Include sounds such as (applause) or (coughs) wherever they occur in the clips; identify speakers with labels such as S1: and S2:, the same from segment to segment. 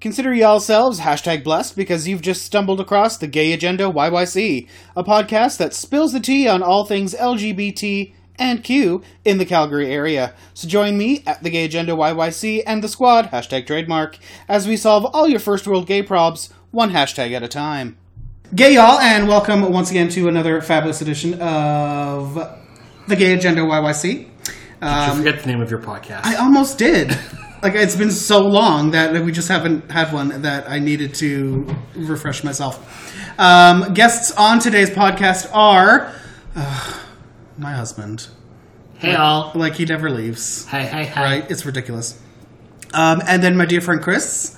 S1: Consider yourselves hashtag blessed because you've just stumbled across the Gay Agenda YYC, a podcast that spills the tea on all things LGBT and Q in the Calgary area. So join me at the Gay Agenda YYC and the squad, hashtag trademark, as we solve all your first world gay probs, one hashtag at a time. Gay y'all, and welcome once again to another fabulous edition of the Gay Agenda YYC.
S2: Did you forget the name of your podcast.
S1: Um, I almost did. Like it's been so long that we just haven't had one that I needed to refresh myself. Um, guests on today's podcast are uh, my husband.
S2: hey all.
S1: Like he never leaves.
S2: Hi hi hi.
S1: Right? It's ridiculous. Um, and then my dear friend Chris.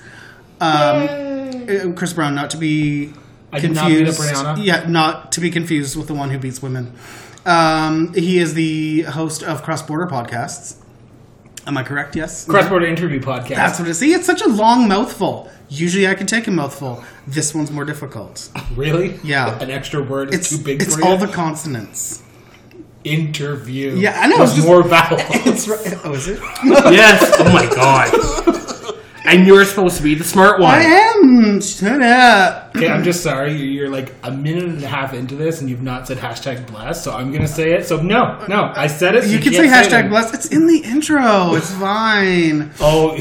S1: Um, uh, Chris Brown, not to be
S3: I did
S1: confused.
S3: not beat up Rihanna.
S1: Yeah, not to be confused with the one who beats women. Um, he is the host of Cross Border Podcasts. Am I correct? Yes.
S3: Cross border interview podcast.
S1: That's what it is. See, it's such a long mouthful. Usually I can take a mouthful. This one's more difficult.
S3: really? (laughs)
S1: Yeah.
S3: An extra word
S1: It's,
S3: is too big
S1: it's
S3: for
S1: all
S3: you.
S1: the consonants.
S3: interview.
S1: Yeah, I know, it's
S3: With
S1: just- (laughs)
S3: more vowels.
S1: It's right. Oh,
S3: (laughs)
S1: is it?
S2: yes. Oh my god. And you're supposed to be the smart one.
S1: I am. Shut up.
S3: okay, I'm just sorry. You're, you're like a minute and a half into this, and you've not said hashtag blessed. So I'm gonna say it. So no, no, I said it. so
S1: You can say
S3: can't it.
S1: hashtag blessed. It's in the intro.
S3: (laughs)
S1: It's fine.
S3: Oh,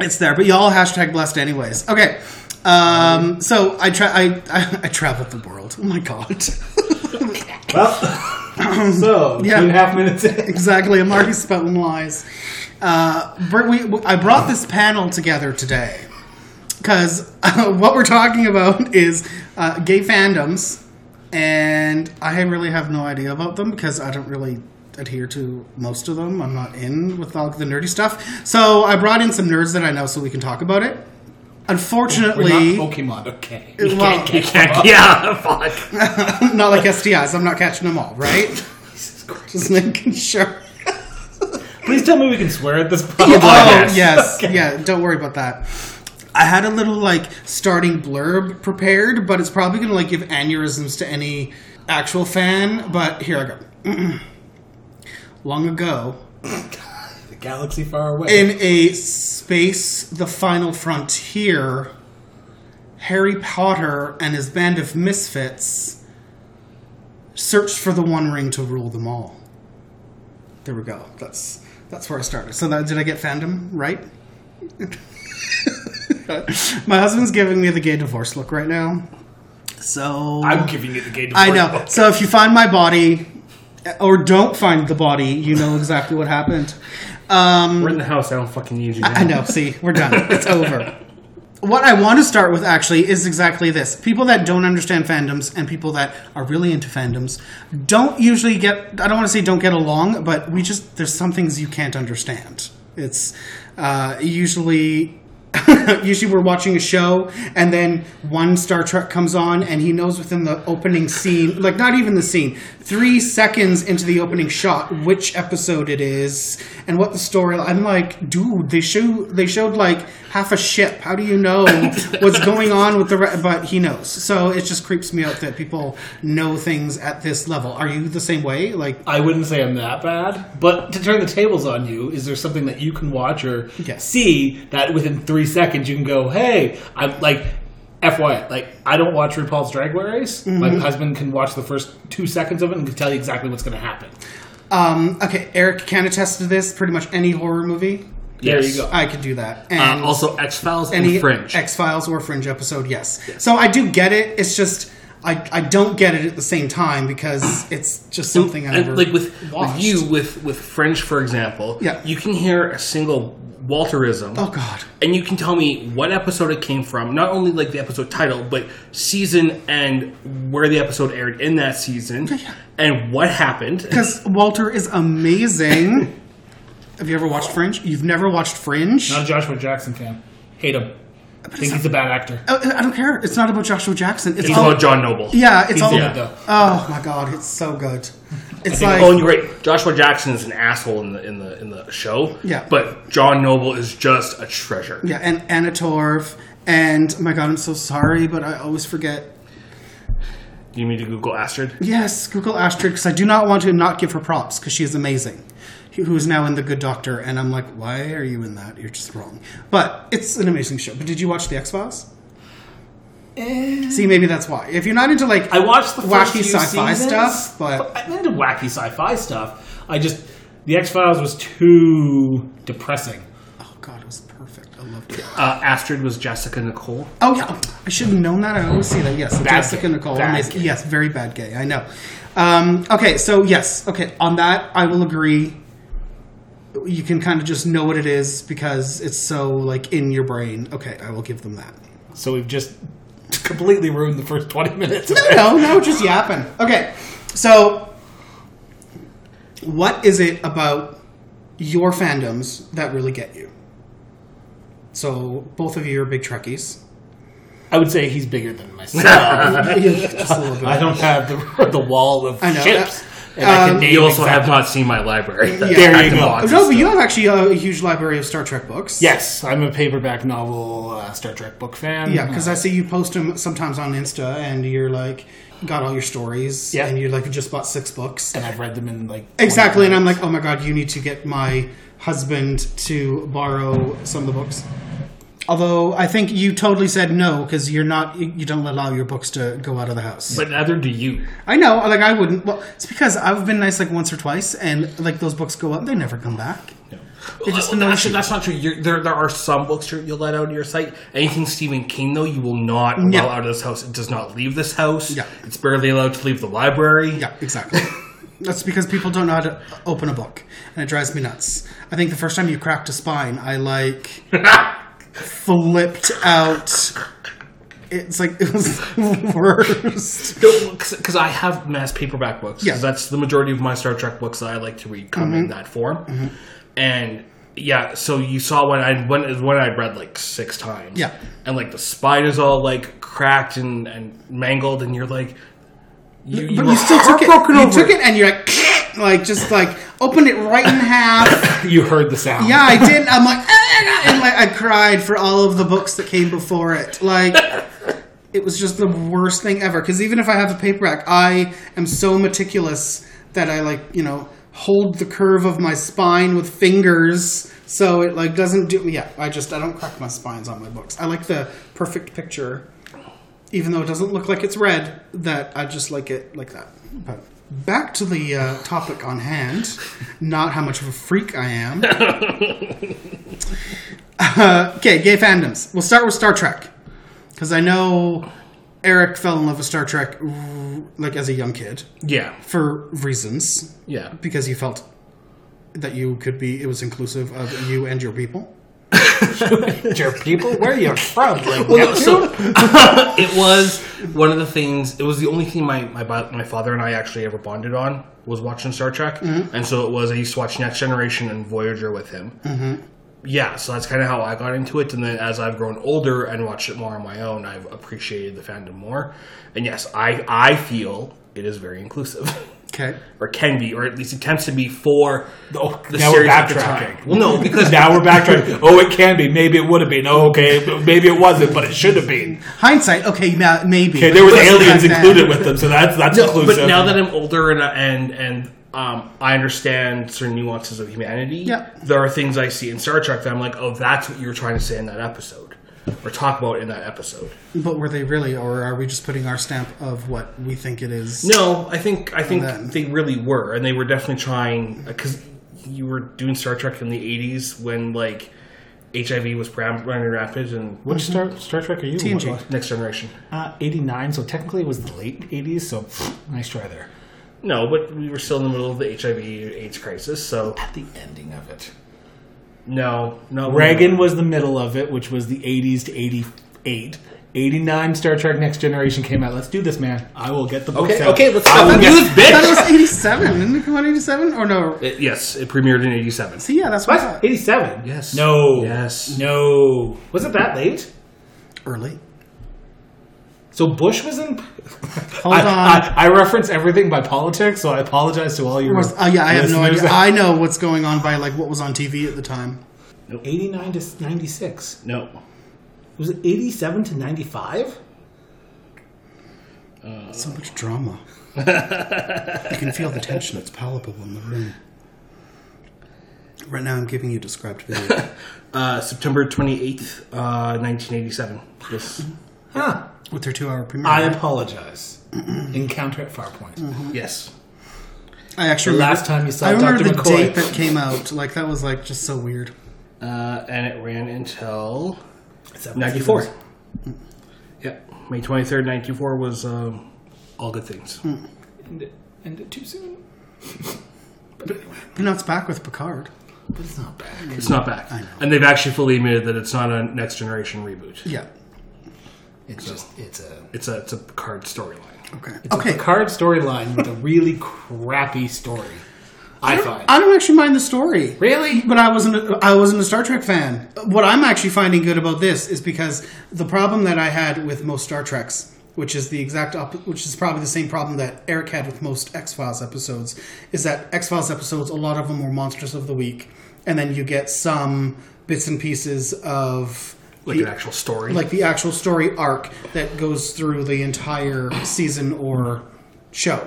S1: It's there, but y'all hashtag blessed anyways. Okay. Um, so I, tra- I, (laughs) I I traveled the world. Oh my god. (laughs)
S3: well. so
S1: Yeah.
S3: two and a half minutes in.
S1: exactly. I'm already spouting lies. Uh, but we, I brought this panel together today because uh, what we're talking about (laughs) is uh, gay fandoms, and I really have no idea about them because I don't really adhere to most of them. I'm not in with all the nerdy stuff. So I brought in some nerds that I know so we can talk about it.
S3: We're
S1: Unfortunately,
S3: not Pokemon. Okay. (laughs)
S1: well-
S2: You can't- yeah. Fuck.
S1: not like STIs. I'm not catching them all, right? Just making sure.
S3: Please tell me we can swear at this
S1: Yeah,
S3: podcast.
S1: oh,
S2: yes.
S1: yes. Yeah, don't worry about that. I had a little like starting blurb prepared, but it's probably going to like give aneurysms to any actual fan, but here I go. (clears throat) Long ago,
S3: The galaxy far away.
S1: in a space the final frontier, Harry Potter and his band of misfits searched for the one ring to rule them all. There we go. That's that's where I started. So that, did I get fandom right? (laughs) My husband's giving me the gay divorce look right now. So
S3: I'm giving you the gate.
S1: I know. So if you find my body, or don't find the body, you know exactly what happened. Um,
S2: We're in the house. I don't fucking need you.
S1: (laughs) I know. See, we're done. It's over. What I want to start with actually is exactly this. People that don't understand fandoms and people that are really into fandoms don't usually get I don't want to say don't get along, but we just there's some things you can't understand. It's uh, usually (laughs) usually we're watching a show and then one Star Trek comes on and he knows within the opening scene, like not even the scene, 3 seconds into the opening shot which episode it is and what the story I'm like, dude, they show they showed like half a ship. How do you know what's going on with the re-? but he knows. So it just creeps me out that people know things at this level. Are you the same way? Like
S3: I wouldn't say I'm that bad, but to turn the tables on you, is there something that you can watch or
S1: Yes.
S3: see that within three seconds you can go, hey, I'm like, FYI, like I don't watch RuPaul's Drag Race.
S1: Mm-hmm.
S3: My husband can watch the first two seconds of it and can tell you exactly what's going to happen.
S1: um okay, Eric can attest to this, pretty much any horror movie.
S3: There
S2: Yes.
S3: you go.
S1: I could do that. And
S2: Uh, also, X Files
S1: any
S2: and Fringe.
S1: X Files or Fringe episode. Yes. So I do get it. It's just I I don't get it at the same time
S2: (clears throat)
S1: because it's just something I
S2: And,
S1: never
S2: like with, with
S1: watched.
S2: you with with Fringe, for example.
S1: Yeah.
S2: You can hear a single Walterism.
S1: Oh God.
S2: and you can tell me what episode it came from not only like the episode title but season and where the episode aired in that season and what happened
S1: Because Walter is
S2: (laughs)
S1: amazing. Have you ever watched Fringe? You've never watched Fringe?
S3: Not a Joshua Jackson fan. Hate him. Think he's a bad actor.
S1: Oh, I don't care. It's not about Joshua Jackson. It's,
S2: it's
S1: all
S2: about john noble
S1: yeah. It's all.
S2: yeah.
S3: Though.
S1: Oh my God! It's so good. It's like
S2: oh and you're right joshua jackson is an asshole in the in the in the show
S1: Yeah.
S2: but john noble is just a treasure
S1: yeah, and Anna Torv and my God, I'm so sorry, but I always forget
S2: you need to google astrid
S1: Yes, Google asterisk. 'cause I do not want to not give her props because she is amazing. who is now in The Good Doctor, and I'm like, why are you in that? You're just wrong. But it's an amazing show. But did you watch The X Files? See, maybe that's why. If you're not into like,
S3: Eh. I watched the first
S1: wacky
S3: few
S1: sci-fi
S3: seasons,
S1: stuff, but
S3: I'm into wacky sci-fi stuff. I just the X Files was too depressing.
S1: oh god, it was perfect. I loved it.
S2: Uh, Astrid was Jessica Nicole.
S1: Oh yeah, I should have known that. I always see that. Yes, Jessica
S3: gay.
S1: Nicole.
S3: Bad
S1: amazing.
S3: gay.
S1: Yes, very bad gay. I know. Um, okay, so yes, okay. On that, I will agree. You can kind of just know what it is because it's so like in your brain. Okay, I will give them that.
S3: So we've just completely ruined the first 20 minutes. of it.
S1: No, no, just yapping. Okay, so what is it about your fandoms that really get you? So both of you are big Trekkies.
S3: (laughs) I would say he's bigger than myself.
S1: Just a little bit.
S3: (laughs) I don't have the, the wall of
S1: I know.
S3: ships. And I
S1: Um,
S3: can name
S2: You also
S3: exact-
S2: have not seen my library.
S1: There
S2: Back
S3: you
S2: to
S3: go.
S2: boxes.
S1: No, but you have actually a huge library of Star Trek books.
S3: Yes, I'm a paperback novel uh, Star Trek book fan. Uh,
S1: Yeah, because I see you post them sometimes on Insta, and you're like, got all your stories,
S3: Yeah.
S1: and you're like, just bought six books.
S3: and I've read them in like
S1: Exactly, and
S3: 20
S1: I'm like, oh my god, you need to get my husband to borrow some of the books. Although I think you totally said no because you're not, you don't allow your books to go out of the house.
S2: But neither do you.
S1: I know, like I wouldn't. Well, it's because I've been nice like once or twice, and like those books go up, they never come back. They just
S2: Well,
S1: annoy
S2: actually,
S1: you.
S2: that's not true. You're, there, there are some books you're- you'll let out of your site. Anything Stephen King, though, you will not allow
S1: Yeah.
S2: out of this house. It does not leave this house.
S1: Yeah.
S2: It's barely allowed to leave the library.
S1: Yeah, exactly. (laughs) That's because people don't know how to open a book, and it drives me nuts. I think the first time you cracked a spine, I like
S2: (laughs)
S1: flipped out. It's like it was (laughs) the worst.
S2: Because I have mass paperback books. 'cause
S1: Yeah. Mm-hmm.
S2: That's the majority of my Star Trek books that I like to read come in that form. And yeah, so you saw one I one one I'd read like six times.
S1: Yeah.
S2: And like the spine is all like cracked and, and mangled, and you're like, you,
S1: But
S2: were
S1: you still took it.
S2: heartbroken
S1: You
S2: over
S1: took it, and you're like, (laughs) like just like opened it right in half.
S3: You heard the sound.
S1: Yeah, I did. I'm like, "Ah," and like I cried for all of the books that came before it. Like, it was just the worst thing ever. Because even if I have a paperback, I am so meticulous that I like, you know, hold the curve of my spine with fingers so it like doesn't do. Yeah, I just I don't crack my spines on my books. I like the perfect picture, even though it doesn't look like it's red. That I just like it like that. But back to the uh, topic on hand, not how much of a freak I am. Uh, Okay, gay fandoms. We'll start with Star Trek because I know Eric fell in love with Star Trek r- like as a young kid
S2: Yeah.
S1: for reasons
S2: Yeah.
S1: because you felt that you could be it was inclusive of you and your people.
S3: Your people, where are you from? Like,
S2: so it was one of the things. It was the only thing my my bi- my father and I actually ever bonded on was watching Star Trek, and so it was. I used to watch Next Generation and Voyager with him. Mm-hmm. Yeah, so that's kind of how I got into it, and then as I've grown older and watched it more on my own, I've appreciated the fandom more. And yes, I I feel it is very inclusive. (laughs)
S1: Okay,
S2: Or can be, or at least attempts to be for
S3: Oh,
S2: the
S3: now we're
S2: series at the
S3: backtracking.
S2: time. Well, no,
S3: (laughs)
S2: because
S3: now we're backtracking. Oh, it can be. Maybe it would have been. Oh, okay. but Maybe it wasn't, but it should have been.
S1: hindsight. Okay, ma- maybe.
S3: Okay, there was
S1: But back
S3: aliens
S1: then-
S3: included with them, so that's that's inclusive.
S2: But now that I'm older and and and um, I understand certain nuances of humanity,
S1: Yeah.
S2: there are things I see in Star Trek that I'm like, oh, that's what you were trying to say in that episode, or talk about in that episode.
S1: But were they really, or are we just putting our stamp of what we think it is?
S2: No, I think I think
S1: then-
S2: they really were, and they were definitely trying because you were doing Star Trek in the '80s when like HIV was ram- running rapid and
S3: which Star, Star Trek are you?
S1: TNG.
S2: Next Generation.
S3: Uh, 89, so technically it was the late 80s, so nice try there.
S2: No, but we were still in the middle of the HIV/AIDS crisis, so
S3: At the ending of it.
S2: no, no.
S3: Reagan was the middle of it, which was the 80s to 88. 89 Star Trek Next Generation came out. Let's do this, man. I will get the books
S2: Okay,
S3: out.
S2: okay, let's
S3: (laughs) I
S2: stop
S3: will
S2: and
S3: get-
S2: do
S1: I
S2: this,
S1: thought it
S2: bitch.
S1: was eighty-seven. Didn't it come out eighty-seven or no?
S2: It- yes, it premiered in '87.
S1: See, yeah, that's what. I
S3: What?
S1: thought.
S3: 87?
S2: Yes.
S3: No.
S2: Yes.
S3: No. Was it that late?
S1: Early.
S3: So Bush was in.
S1: Hold
S3: I,
S1: on.
S3: I, I reference everything by politics, so I apologize to all your.
S1: Was- Oh yeah, I have no
S3: listeners.
S1: idea.
S3: (laughs)
S1: I know what's going on by like what was on TV at the time.
S3: 89 to 96.
S2: No.
S3: Was it 87 to 95?
S1: So much
S3: (laughs)
S1: drama. you can feel the tension; it's palpable in the room. Right now, I'm giving you described
S3: (laughs)
S1: video.
S2: Uh, September 28th, uh, 1987. Yes.
S3: Huh.
S1: with their two hour premiere.
S3: I
S1: I,
S3: apologize. (clears throat) Encounter at Farpoint.
S2: yes.
S1: actually
S3: The
S1: remember-
S3: last time you saw
S1: Mm-hmm. I remember
S3: Dr.
S1: the
S3: McCoy.
S1: date that came out. Like that was like just so weird.
S2: Uh, and it ran until
S3: It's up to
S2: 94.
S3: you.
S2: Yep. May 23rd, 94 was um, All Good Things.
S3: End it, end it too soon.
S1: But now it's back with Picard.
S3: But it's not bad.
S1: Mm-hmm.
S2: It's not back. And they've actually fully admitted that it's not a Next Generation reboot.
S1: Yeah.
S3: It's just it's a
S2: It's a, it's a card storyline.
S1: Okay.
S3: it's
S1: okay.
S3: a Picard storyline with a really crappy story. I find.
S1: I don't actually mind the story.
S3: really?
S1: But I wasn't. A, I wasn't a Star Trek fan. What I'm actually finding good about this is because the problem that I had with most Star Treks, which is the exact, op- which is probably the same problem that Eric had with most X Files episodes, is that X Files episodes, a lot of them were monsters of the week, and then you get some bits and pieces of
S2: Like
S1: the-
S2: an actual story.
S1: like the actual story arc that goes through the entire season or show.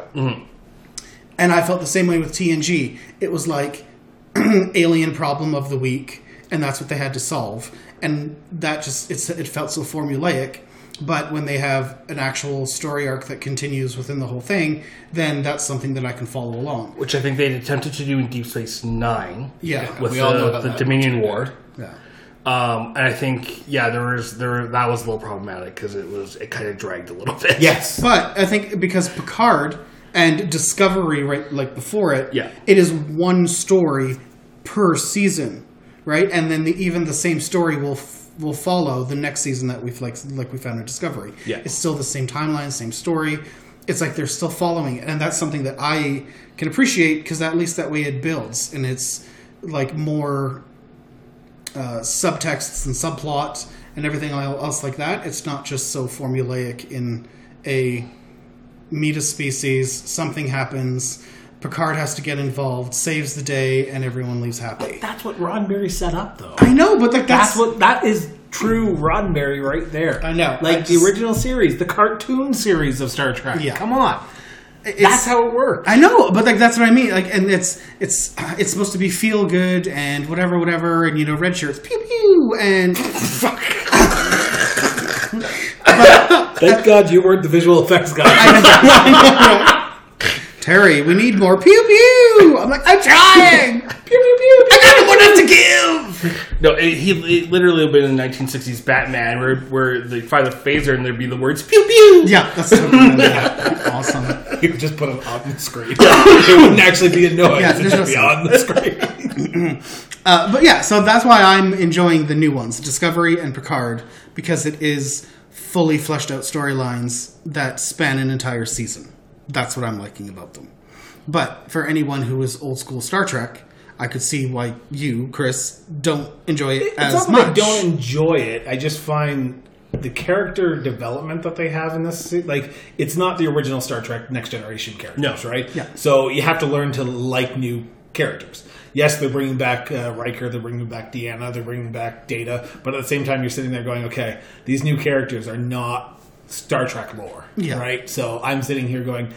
S1: And I felt the same way with TNG. It was like (clears throat) alien problem of the week, and that's what they had to solve. And that just it's, it felt so formulaic. But when they have an actual story arc that continues within the whole thing, then that's something that I can follow along.
S2: which I think they attempted to do in Deep Space Nine.
S1: Yeah.
S2: with
S3: We
S2: the,
S3: all know about
S2: the
S3: that.
S2: Dominion War.
S1: Yeah.
S2: Um, and I think yeah, there was there that was a little problematic because it was it kind of dragged a little bit.
S3: Yes.
S1: But I think because Picard and Discovery, right, like before it,
S2: Yeah.
S1: it is one story per season, right? And then the, even the same story will f- will follow the next season that we've like like we found in Discovery.
S2: Yeah.
S1: it's still the same timeline, same story. It's like they're still following it, and that's something that I can appreciate because at least that way it builds and it's like more uh, subtexts and subplot and everything else like that. It's not just so formulaic in a meet a species, something happens, Picard has to get involved, saves the day, and everyone leaves happy.
S3: That's what Roddenberry set up though.
S1: I know, but like that's,
S3: That's what that is true Roddenberry right there.
S1: I know.
S3: Like
S1: I
S3: the
S1: just-
S3: original series, the cartoon series of Star Trek.
S1: Yeah.
S3: Come on.
S1: it's-
S3: That's how it works.
S1: I know, but like that's what I mean. Like, and it's it's it's supposed to be feel good and whatever, whatever, and you know, red shirts, pew pew, and (laughs) fuck.
S3: (laughs) Thank God you weren't the visual effects (laughs) guy.
S1: Terry, we need more pew pew. I'm like, I'm trying. pew pew pew. I got one left to give.
S2: No, it, he it literally would have been the 1960s Batman where where they fire the phaser and there'd be the words pew pew.
S1: Yeah, that's totally awesome.
S3: you could just put it on the screen. (laughs) it wouldn't actually be a noise.
S1: Yeah,
S3: it would
S1: there's
S3: just be
S1: no
S3: on the screen.
S1: Uh, but yeah, so that's why I'm enjoying the new ones, Discovery and Picard, because it is fully fleshed out storylines that span an entire season. That's what I'm liking about them. But for anyone who is old school Star Trek, I could see why you, Chris, don't enjoy it as
S3: it's not
S1: much.
S3: that I don't enjoy it. I just find the character development that they have in this, se- like, it's not the original Star Trek Next Generation characters,
S2: No.
S3: right?
S1: Yeah.
S3: So you have to learn to like new characters. Yes, they're bringing back uh, Riker, they're bringing back Deanna, they're bringing back Data, but at the same time, you're sitting there going, okay, these new characters are not Star Trek lore,
S1: Yeah.
S3: right? So I'm sitting here going,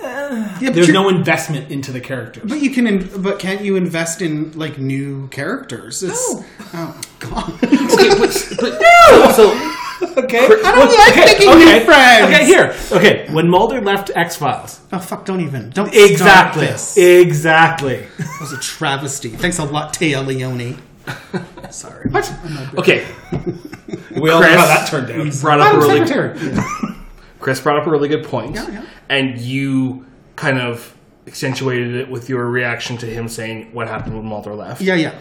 S1: yeah, but
S3: there's
S1: you're-
S3: no investment into the characters.
S1: But you can, in, but can't you invest in like new characters? It's,
S3: No.
S1: Oh (laughs) god.
S2: Okay, but, but also
S3: Okay,
S1: I don't like making new friends.
S3: Okay, here, okay, when Mulder left X Files.
S1: oh fuck! Don't even. Don't start
S3: Exactly.
S1: this.
S3: Exactly.
S1: That was a travesty. Thanks a lot, Tia Leone. Sorry. What? I'm not
S2: okay,
S3: (laughs) We all
S2: Chris.
S3: know how that turned out.
S2: brought up a really
S3: Secretary.
S2: Chris brought up a really good point,
S1: Yeah, yeah.
S2: and you kind of accentuated it with your reaction to him saying what happened when Mulder
S1: (laughs)
S2: left.
S1: Yeah, yeah.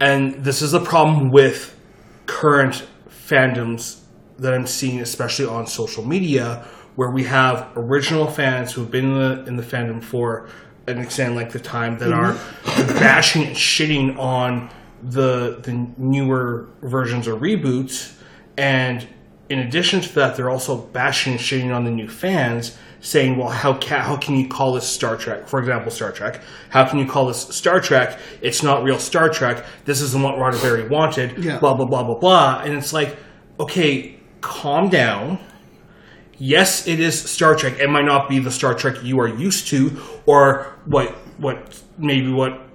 S2: And this is a problem with current fandoms that I'm seeing, especially on social media, where we have original fans who've been in the, in the fandom for an extended length of time that are bashing and shitting on the the newer versions or reboots, and in addition to that, they're also bashing and shitting on the new fans, saying, "Well, how ca- how can you call this Star Trek? For example, Star Trek. How can you call this Star Trek? It's not real Star Trek. This isn't what Roddenberry wanted.
S1: Yeah.
S2: Blah blah blah blah blah." And it's like, okay, calm down. Yes, it is Star Trek. It might not be the Star Trek you are used to, or what what maybe what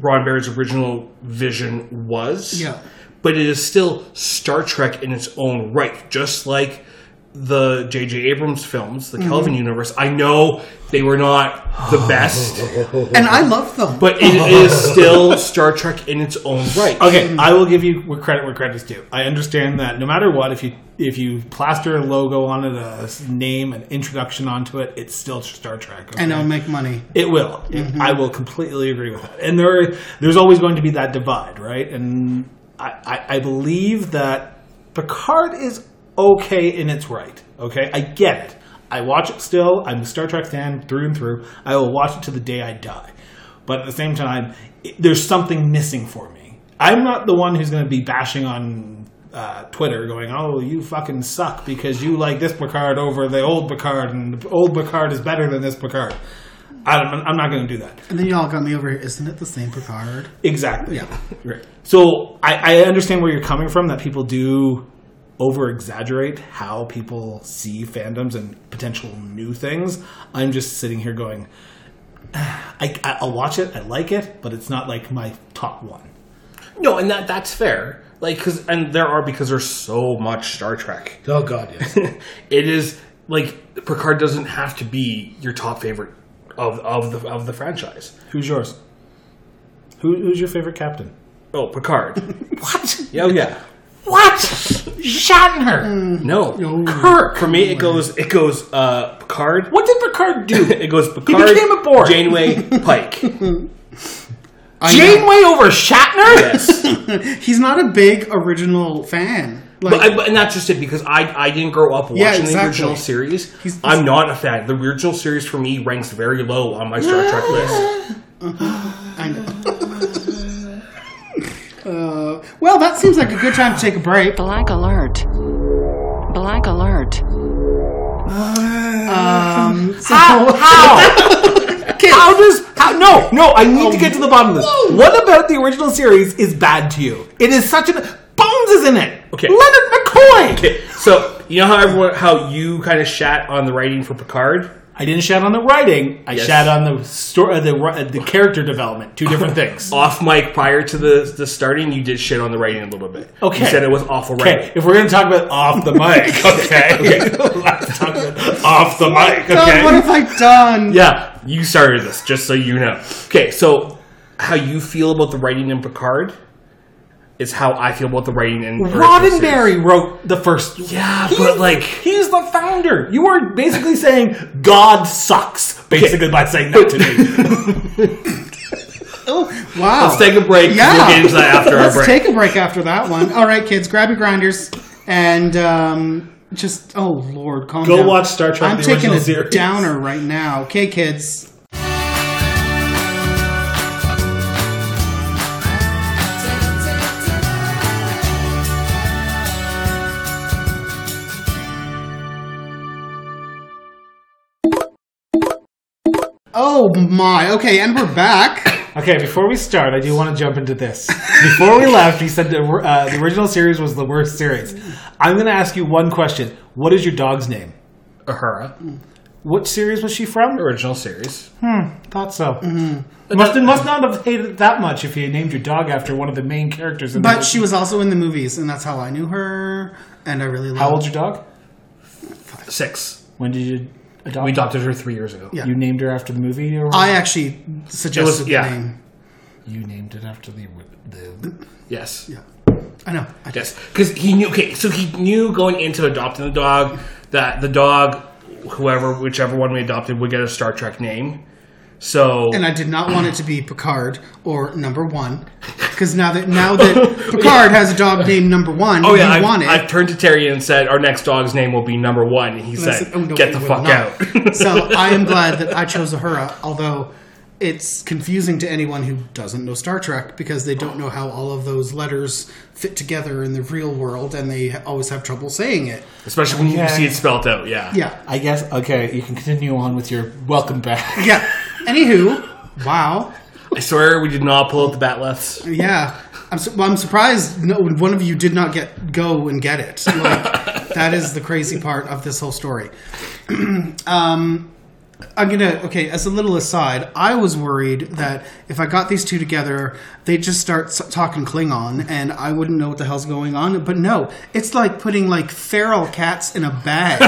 S2: Roddenberry's original vision was.
S1: Yeah.
S2: But it is still Star Trek in its own right, just like the J.J. Abrams films, the Kelvin universe. I know they were not the best,
S1: and I love them.
S2: but it is still Star Trek in its own right.
S3: Okay, I will give you where credit where credit is due. I understand that no matter what, if you if you plaster a logo on it, a s- name, an introduction onto it, it's still Star Trek. okay?
S1: and I'll make money.
S3: It will. I will completely agree with that. And there, there's always going to be that divide, right? And I, I, I believe that Picard is okay in its right. Okay, I get it. I watch it still. I'm a Star Trek fan through and through. I will watch it to the day I die. But at the same time, it, there's something missing for me. I'm not the one who's going to be bashing on uh, Twitter going, "Oh, you fucking suck because you like this Picard over the old Picard, and the old Picard is better than this Picard." I don't, I'm not going to do that.
S1: And then y'all got me over here. Isn't it the same Picard?
S3: Exactly.
S1: Yeah.
S3: (laughs) Right. So I, I understand where you're coming from that people do over exaggerate how people see fandoms and potential new things. I'm just sitting here going, (sighs) I, I- I'll watch it, I like it, but it's not like my top one.
S2: No, and that that's fair. Like, cause and there are because there's so much Star Trek.
S4: Oh god, yes.
S2: it is like Picard doesn't have to be your top favorite of of the of the franchise.
S3: Who's yours? Who, who's your favorite captain?
S2: Oh, Picard.
S3: (laughs) What?
S2: yeah, oh, yeah.
S3: What? Shatner.
S2: No,
S1: No.
S2: Kirk. For me, it goes it goes uh, Picard.
S3: What did Picard do?
S2: (laughs) It goes Picard.
S3: became a Borg.
S2: Janeway, Pike.
S1: I know.
S3: (laughs) Janeway over Shatner?
S2: yes,
S1: (laughs) He's not a big original fan. Like,
S2: but, I, but and that's just it because I I didn't grow up watching
S1: Yeah,
S2: the
S1: exactly.
S2: original series.
S1: He's-
S2: I'm not a fan. The original series for me ranks very low on my Star Trek list.
S1: I know. (laughs) Uh, well, that seems like a good time to take a break.
S5: Black alert. Black alert.
S1: Um, so,
S3: How? How does how? No, no. I need to get to the bottom of this. What about the original series is bad to you? It is such an Bones is in it.
S2: Okay.
S3: Leonard McCoy.
S2: Okay, so you know how everyone how you kind of shat on the writing for Picard.
S3: I didn't shout on the writing. I
S2: Yes.
S3: shat on the story, uh, the ri- uh, the character development. Two (laughs) different things.
S2: off mic prior to the the starting, you did shit on the writing a little bit.
S3: Okay.
S2: you said it was awful
S3: Okay,
S2: writing.
S3: if we're gonna talk about (laughs) off the mic, (laughs) okay,
S2: (laughs)
S3: let's talk about off the mic,
S1: God,
S3: okay.
S1: what have I done?
S2: Yeah, you started this, just so you know. Okay, so how you feel about the writing in Picard is how I feel about the writing in Earth versus-
S3: Roddenberry wrote the first.
S2: Yeah,
S3: He's-
S2: but, like-
S3: he's the founder. You are basically saying God sucks, basically by saying that to me.
S1: Oh, wow.
S2: (laughs) Let's take a break.
S1: Yeah.
S2: We'll get into that after our
S1: Let's
S2: break.
S1: take a break after that one. All right, kids, grab your grinders and um, just oh lord, calm
S3: Go
S1: down.
S3: watch Star Trek,
S1: I'm
S3: the
S1: taking
S3: original
S1: a
S3: series.
S1: downer right now. Okay, kids. Oh my. Okay, and we're back.
S3: okay, before we start, I do want to jump into this. Before we left, you said the, uh, the original series was the worst series. I'm going to ask you one question. What is your dog's name?
S2: Ahura
S3: What series was she from?
S2: original series.
S3: Thought so.
S1: Mm-hmm.
S3: Must must not have hated it that much if you named your dog after one of the main characters. In the
S1: But
S3: movie.
S1: she was also in the movies, and that's how I knew her. And I really loved
S3: how old's your dog?
S2: Six.
S3: When did you adopt?
S2: We adopted her three years ago.
S1: Yeah.
S3: You named her after the movie, or
S1: I actually suggested
S2: It was- yeah.
S1: the name.
S4: you named it after the the
S2: Yes.
S1: Yeah. I know. I
S2: Yes, because he knew. Okay, so he knew going into adopting the dog that the dog, whoever, whichever one we adopted, would get a Star Trek name. So
S1: and I did not want it to be Picard or Number One, because now that now
S2: (laughs)
S1: that Picard has a dog named Number One,
S2: oh yeah,
S1: you
S2: I,
S1: want it.
S2: I turned to Terry and said, "Our next dog's name will be Number One." And he
S1: And I
S2: said,
S1: said, "Oh, no,
S2: "Get
S1: it
S2: the
S1: will
S2: fuck
S1: not."
S2: out."
S1: (laughs)
S2: (laughs)
S1: so I am glad that I chose Ahura, although it's confusing to anyone who doesn't know Star Trek because they don't know how all of those letters fit together in the real world, and they always have trouble saying it.
S2: Especially when
S3: Yeah.
S2: you see it spelled out. Yeah.
S1: Yeah,
S3: I guess okay. You can continue on with your welcome back.
S1: yeah. Anywho, wow.
S2: I swear we did not pull out the batleths.
S1: Yeah, I'm su- well, I'm surprised no one of you did not get go and get it. Like, that is the crazy part of this whole story. (clears throat) um, I'm gonna okay. As a little aside, I was worried that if I got these two together, they'd just start s- talking Klingon, and I wouldn't know what the hell's going on. But no, it's like putting like feral cats in a bag.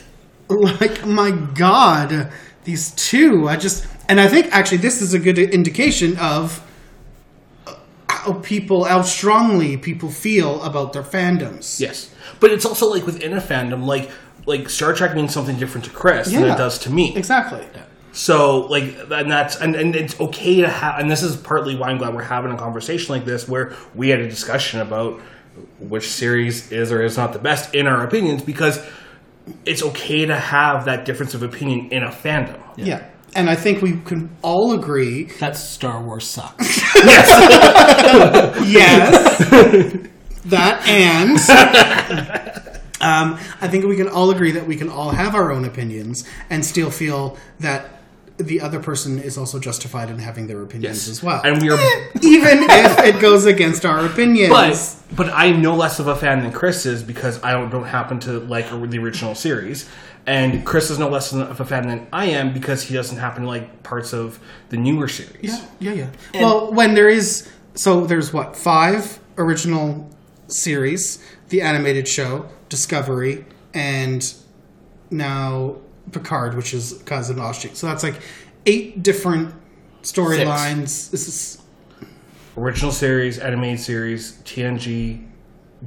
S1: (laughs) like my god, these two. I just and I think actually this is a good indication of uh, how people, how strongly people feel about their fandoms.
S2: Yes, but it's also like within a fandom, like like Star Trek means something different to Chris than
S1: Yeah.
S2: it does to me.
S1: exactly.
S2: So like, and that's and, and it's okay to have. And this is partly why I'm glad we're having a conversation like this, where we had a discussion about which series is or is not the best in our opinions, because it's okay to have that difference of opinion in a fandom.
S1: Yeah. and I think we can all agree.
S2: (laughs)
S4: That Star Wars sucks.
S1: Yes. that
S2: (laughs)
S1: and um, I think we can all agree that we can all have our own opinions and still feel that the other person is also justified in having their opinions
S2: Yes.
S1: as well.
S2: And we are- (laughs)
S1: even if it goes against our opinions.
S2: But but I'm no less of a fan than Chris is because I don't don't happen to like the original series, and Chris is no less of a fan than I am because he doesn't happen to like parts of the newer series.
S1: yeah, yeah, yeah. well, when there is so there's what five original series, the animated show, Discovery, and now Picard, which is Kazan Ostrich. So that's like eight different storylines. This is
S2: Original series, animated series, TNG,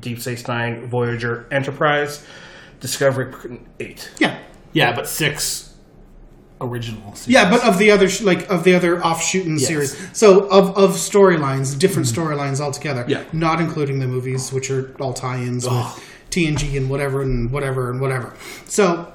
S2: Deep Space Nine, Voyager, Enterprise, Discovery, eight.
S1: yeah,
S4: yeah, but six original. Series.
S1: yeah. But of the other sh- like of the other offshoot and series, so of of storylines, different storylines altogether.
S2: Yeah.
S1: not including the movies, which are all tie-ins with TNG and whatever and whatever and whatever. So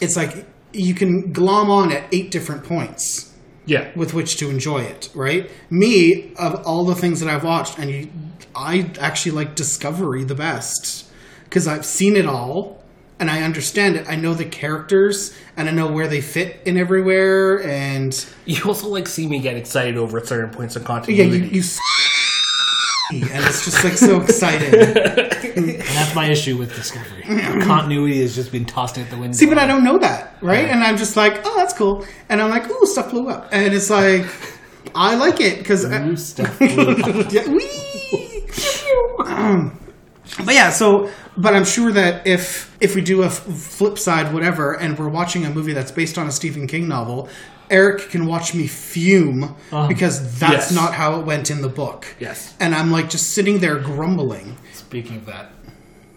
S1: it's like you can glom on at eight different points
S2: Yeah,
S1: with which to enjoy it, right? Me, of all the things that I've watched, and you, I actually like Discovery the best because I've seen it all and I understand it. I know the characters and I know where they fit in everywhere. And
S2: you also like see me get excited over certain points of
S1: yeah,
S2: continuity.
S1: you, you s- and it's just like so exciting.
S4: And that's my issue with Discovery. Continuity has just been tossed out the
S1: (laughs)
S4: window.
S1: See, but I don't know that, right? And I'm just like, oh, that's cool. And I'm like, ooh, stuff blew up. And it's like, I like it uh, because.
S4: New stuff. Blue.
S1: Yeah, wee! Um, (laughs) but yeah, so but I'm sure that if if we do a f- flip side, whatever, and we're watching a movie that's based on a Stephen King novel, Eric can watch me fume because that's
S2: Yes.
S1: not how it went in the book.
S2: Yes.
S1: and I'm like just sitting there grumbling.
S4: Speaking of that,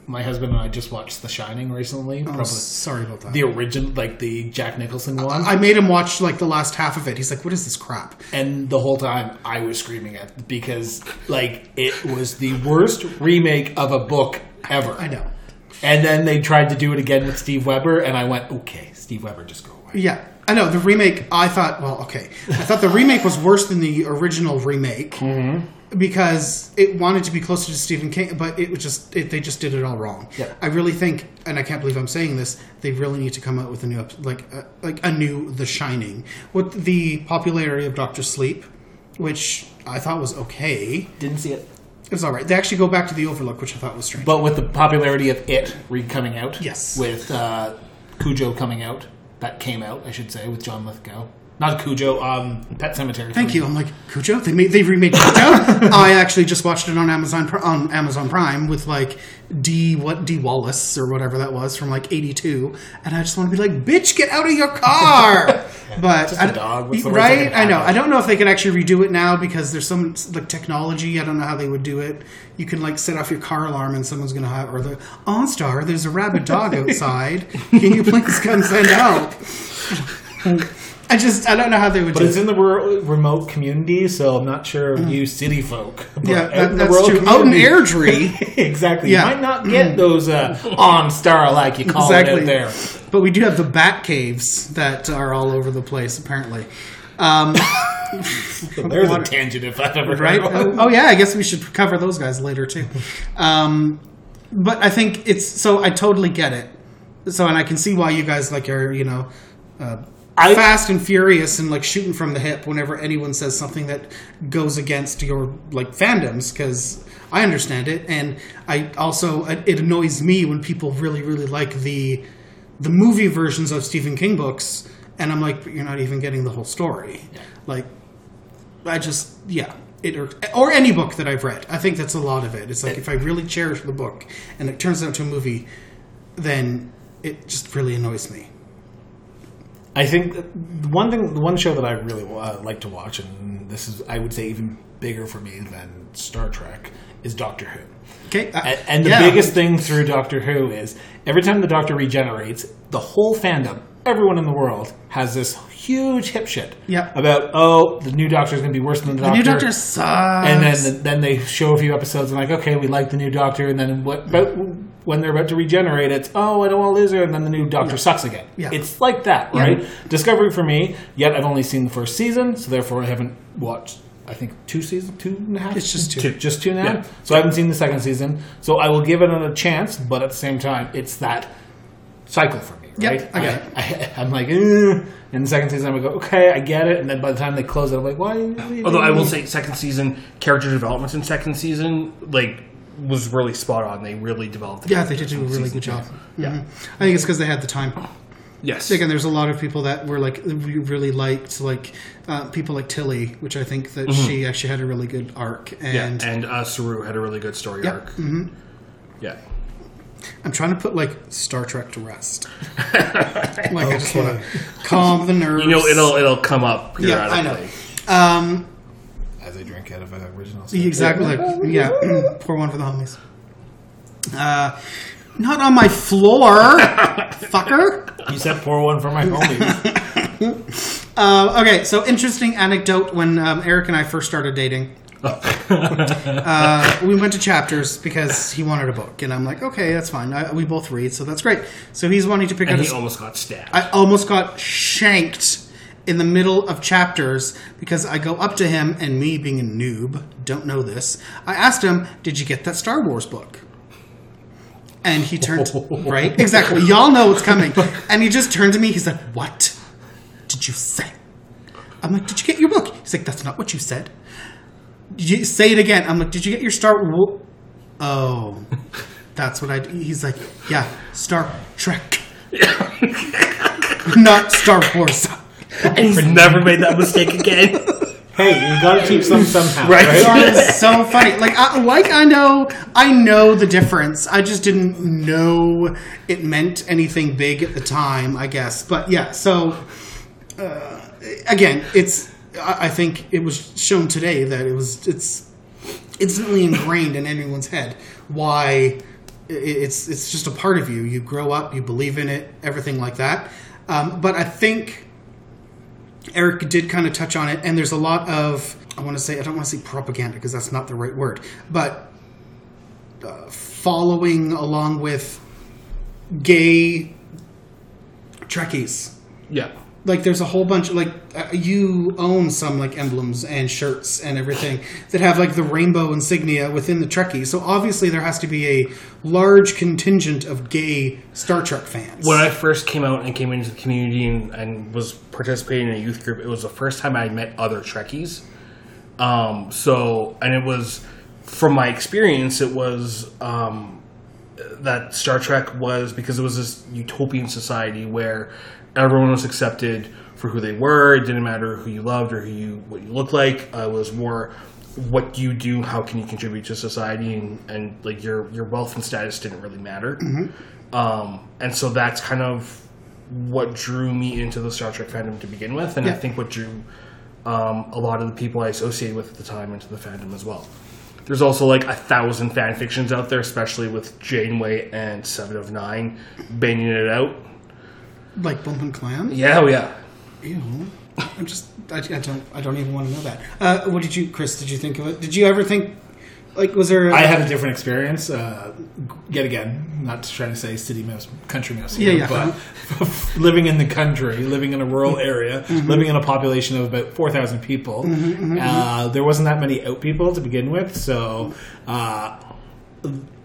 S4: my husband and I just watched The Shining recently.
S1: Oh,
S4: probably
S1: sorry about that.
S4: the original, like the Jack Nicholson one.
S1: I made him watch like the last half of it. He's like, "What is this crap?"
S4: and the whole time I was screaming at because like it was the worst remake of a book ever.
S1: I know.
S4: And then they tried to do it again with Steve Weber, and I went, okay, Steve Weber, just go away.
S1: Yeah, I know the remake. I thought, well, okay, I thought the remake was worse than the original remake because it wanted to be closer to Stephen King, but it was just it, they just did it all wrong.
S4: Yeah.
S1: I really think, and I can't believe I'm saying this, they really need to come out with a new ep- like uh, like a new The Shining with the popularity of Doctor Sleep, which I thought was okay.
S4: Didn't see it.
S1: It was all right. They actually go back to the Overlook, which I thought was strange.
S4: But with the popularity of it re coming out,
S1: Yes.
S4: with uh, Cujo coming out, that came out, I should say, with John Lithgow. Not Cujo, um, Pet Cemetery.
S1: Thank you. I'm like Cujo. They made they
S4: (laughs)
S1: remade Cujo. I actually just watched it on Amazon Pri- on Amazon Prime with like D what D Wallace or whatever that was from like '82, and I just want to be like, bitch, get out of
S4: (laughs)
S1: your car. but
S4: just a
S1: I-
S4: dog. What's the worst that
S1: right?
S4: can
S1: I know. I
S4: happen?
S1: don't know if they could actually redo it now because there's some like technology. I don't know how they would do it. You can like set off your car alarm and someone's gonna have or the OnStar. There's a
S4: (laughs)
S1: rabid dog outside. Can you please come send help? I just I don't know how they would
S3: But
S1: do it.
S3: it's in the rural, remote community, so I'm not sure of you city folk. (laughs) But
S1: Mm-hmm. Yeah,
S3: out
S1: that,
S3: in the
S1: that's
S3: rural
S1: true. Out in
S3: community- (laughs)
S1: Airdrie,
S3: exactly.
S1: Yeah. Mm.
S3: You might not get those uh, on star like you call it
S1: Exactly.
S3: out Oh, there.
S1: but we do have the bat caves that are all over the place, apparently. Um,
S3: There's a tangent if I've ever
S1: right?
S3: heard one.
S1: oh, yeah, I guess we should cover those guys later
S3: (laughs)
S1: too. Um, but I think it's so I totally get it. So and I can see why you guys like are you know. Uh,
S3: I-
S1: fast and furious and like shooting from the hip whenever anyone says something that goes against your like fandoms because i uh, understand it and i also it annoys me when people really really like the the movie versions of Stephen King books, and I'm like, but you're not even getting the whole story. Like, I just yeah. It irked, or any book that I've read. I think that's a lot of it. It's like if I really cherish the book and it turns out to a movie, then it just really annoys me.
S3: I think that one thing, the one show that I really uh, like to watch, and this is, I would say, even bigger for me than Star Trek, is Doctor Who.
S1: Okay, uh,
S3: And, and the
S1: yeah.
S3: biggest thing through Doctor Who is every time the Doctor regenerates, the whole fandom, everyone in the world, has this huge hip shit
S1: Yep.
S3: about oh, the new Doctor is going to be worse than the,
S1: the new Doctor sucks.
S3: and then then they show a few episodes and like okay we like the new doctor and then what about when they're about to regenerate it's oh i don't want to lose her and then the new doctor sucks again
S1: Yeah.
S3: it's like that right discovery for me yet i've only seen the first season so therefore i haven't watched i think two seasons two and a half
S1: It's just two.
S3: just two now
S2: Yeah.
S3: so i haven't seen the second season so i will give it another chance but at the same time it's that cycle for me
S1: Yep,
S3: right
S1: I get it.
S3: I, (laughs) I, am like eh. and the second season i'm like okay i get it and then by the time they close it i'm like why
S2: Although I will say, second season character developments in second season like was really spot on. They really developed. the
S1: yeah, they did do a really good job. Yeah, I think it's because they had the time.
S2: Yes.
S1: Again, there's a lot of people that were like we really liked, like uh, people like Tilly, which I think that she actually had a really good arc.
S2: Yeah,
S1: And
S2: and, uh, Saru had a really good story
S1: Yep.
S2: arc. Yeah.
S1: I'm trying to put like Star Trek to rest. like I just want to calm the nerves.
S2: You know, it'll it'll come up
S1: yeah,
S2: periodically.
S1: I know. Um,
S3: as I drink out of an original.
S1: (laughs) Exactly. Like, yeah. (clears throat) Pour one for the homies. Uh, not on my floor, (laughs) fucker.
S3: You said pour one for my (laughs) homie.
S1: Uh, okay, so interesting anecdote when um, Eric and I first started
S2: (laughs)
S1: dating. uh, we went to chapters because he wanted a book, and I'm like, okay, that's fine. I, we both read, so that's great. So he's wanting to pick
S2: And
S1: out.
S2: he
S1: a-
S2: almost got stabbed.
S1: I almost got shanked in the middle of chapters because I go up to him, and me being a noob, don't know this. I asked him, "Did you get that Star Wars book?" And he turned right exactly. Y'all know what's coming. And he just turned to me. He's like, "What did you say?" I'm like, "Did you get your book?" He's like, "That's not what you said." Did you say it again? I'm like, "Did you get your Star?" Wo-? Oh, that's what I. d-" He's like, "Yeah, Star Trek." not Star Wars.
S2: and he's never made that
S1: (laughs)
S2: mistake again.
S3: hey, you gotta keep some somehow,
S2: Right.
S3: right?
S1: It's so funny. Like, I, like I know, I know the difference. I just didn't know it meant anything big at the time. I guess, but yeah. So, uh, again, it's. I I think it was shown today that it was. It's instantly ingrained in anyone's head why i- it's it's just a part of you. You grow up, you believe in it, everything like that. Um, but I think Eric did kind of touch on it, and there's a lot of I want to say I don't want to say propaganda because that's not the right word, but uh, following along with gay Trekkies
S2: yeah.
S1: like there's a whole bunch like uh, you own some like emblems and shirts and everything that have like the rainbow insignia within the Trekkie. So obviously there has to be a large contingent of gay Star Trek fans.
S2: When I first came out and came into the community and, and was participating in a youth group, it was the first time I met other Trekkies. Um, so, and it was, from my experience, it was um, that Star Trek was because it was this utopian society where everyone was accepted for who they were. It didn't matter who you loved or who you what you looked like. Uh, it was more what do you do, how can you contribute to society, and, and like your your wealth and status didn't really matter. Um, and so that's kind of what drew me into the Star Trek fandom to begin with, and I
S1: Yeah.
S2: think what drew um, a lot of the people I associated with at the time into the fandom as well. There's also like a thousand fan fictions out there, especially with Janeway and Seven of Nine banging it out.
S1: like Bump and Clan.
S2: Yeah, oh yeah.
S1: Ew. I'm just I, I don't I don't even want to know that. Uh, what did you Chris? Did you think of it? Did you ever think like was there? a-
S3: I had a different experience. Uh, yet again, not trying to say city mouse, country mouse, here,
S1: Yeah, yeah.
S3: but (laughs) living in the country, living in a rural area, living in a population of about four thousand people, uh, there wasn't that many out people to begin with. So uh,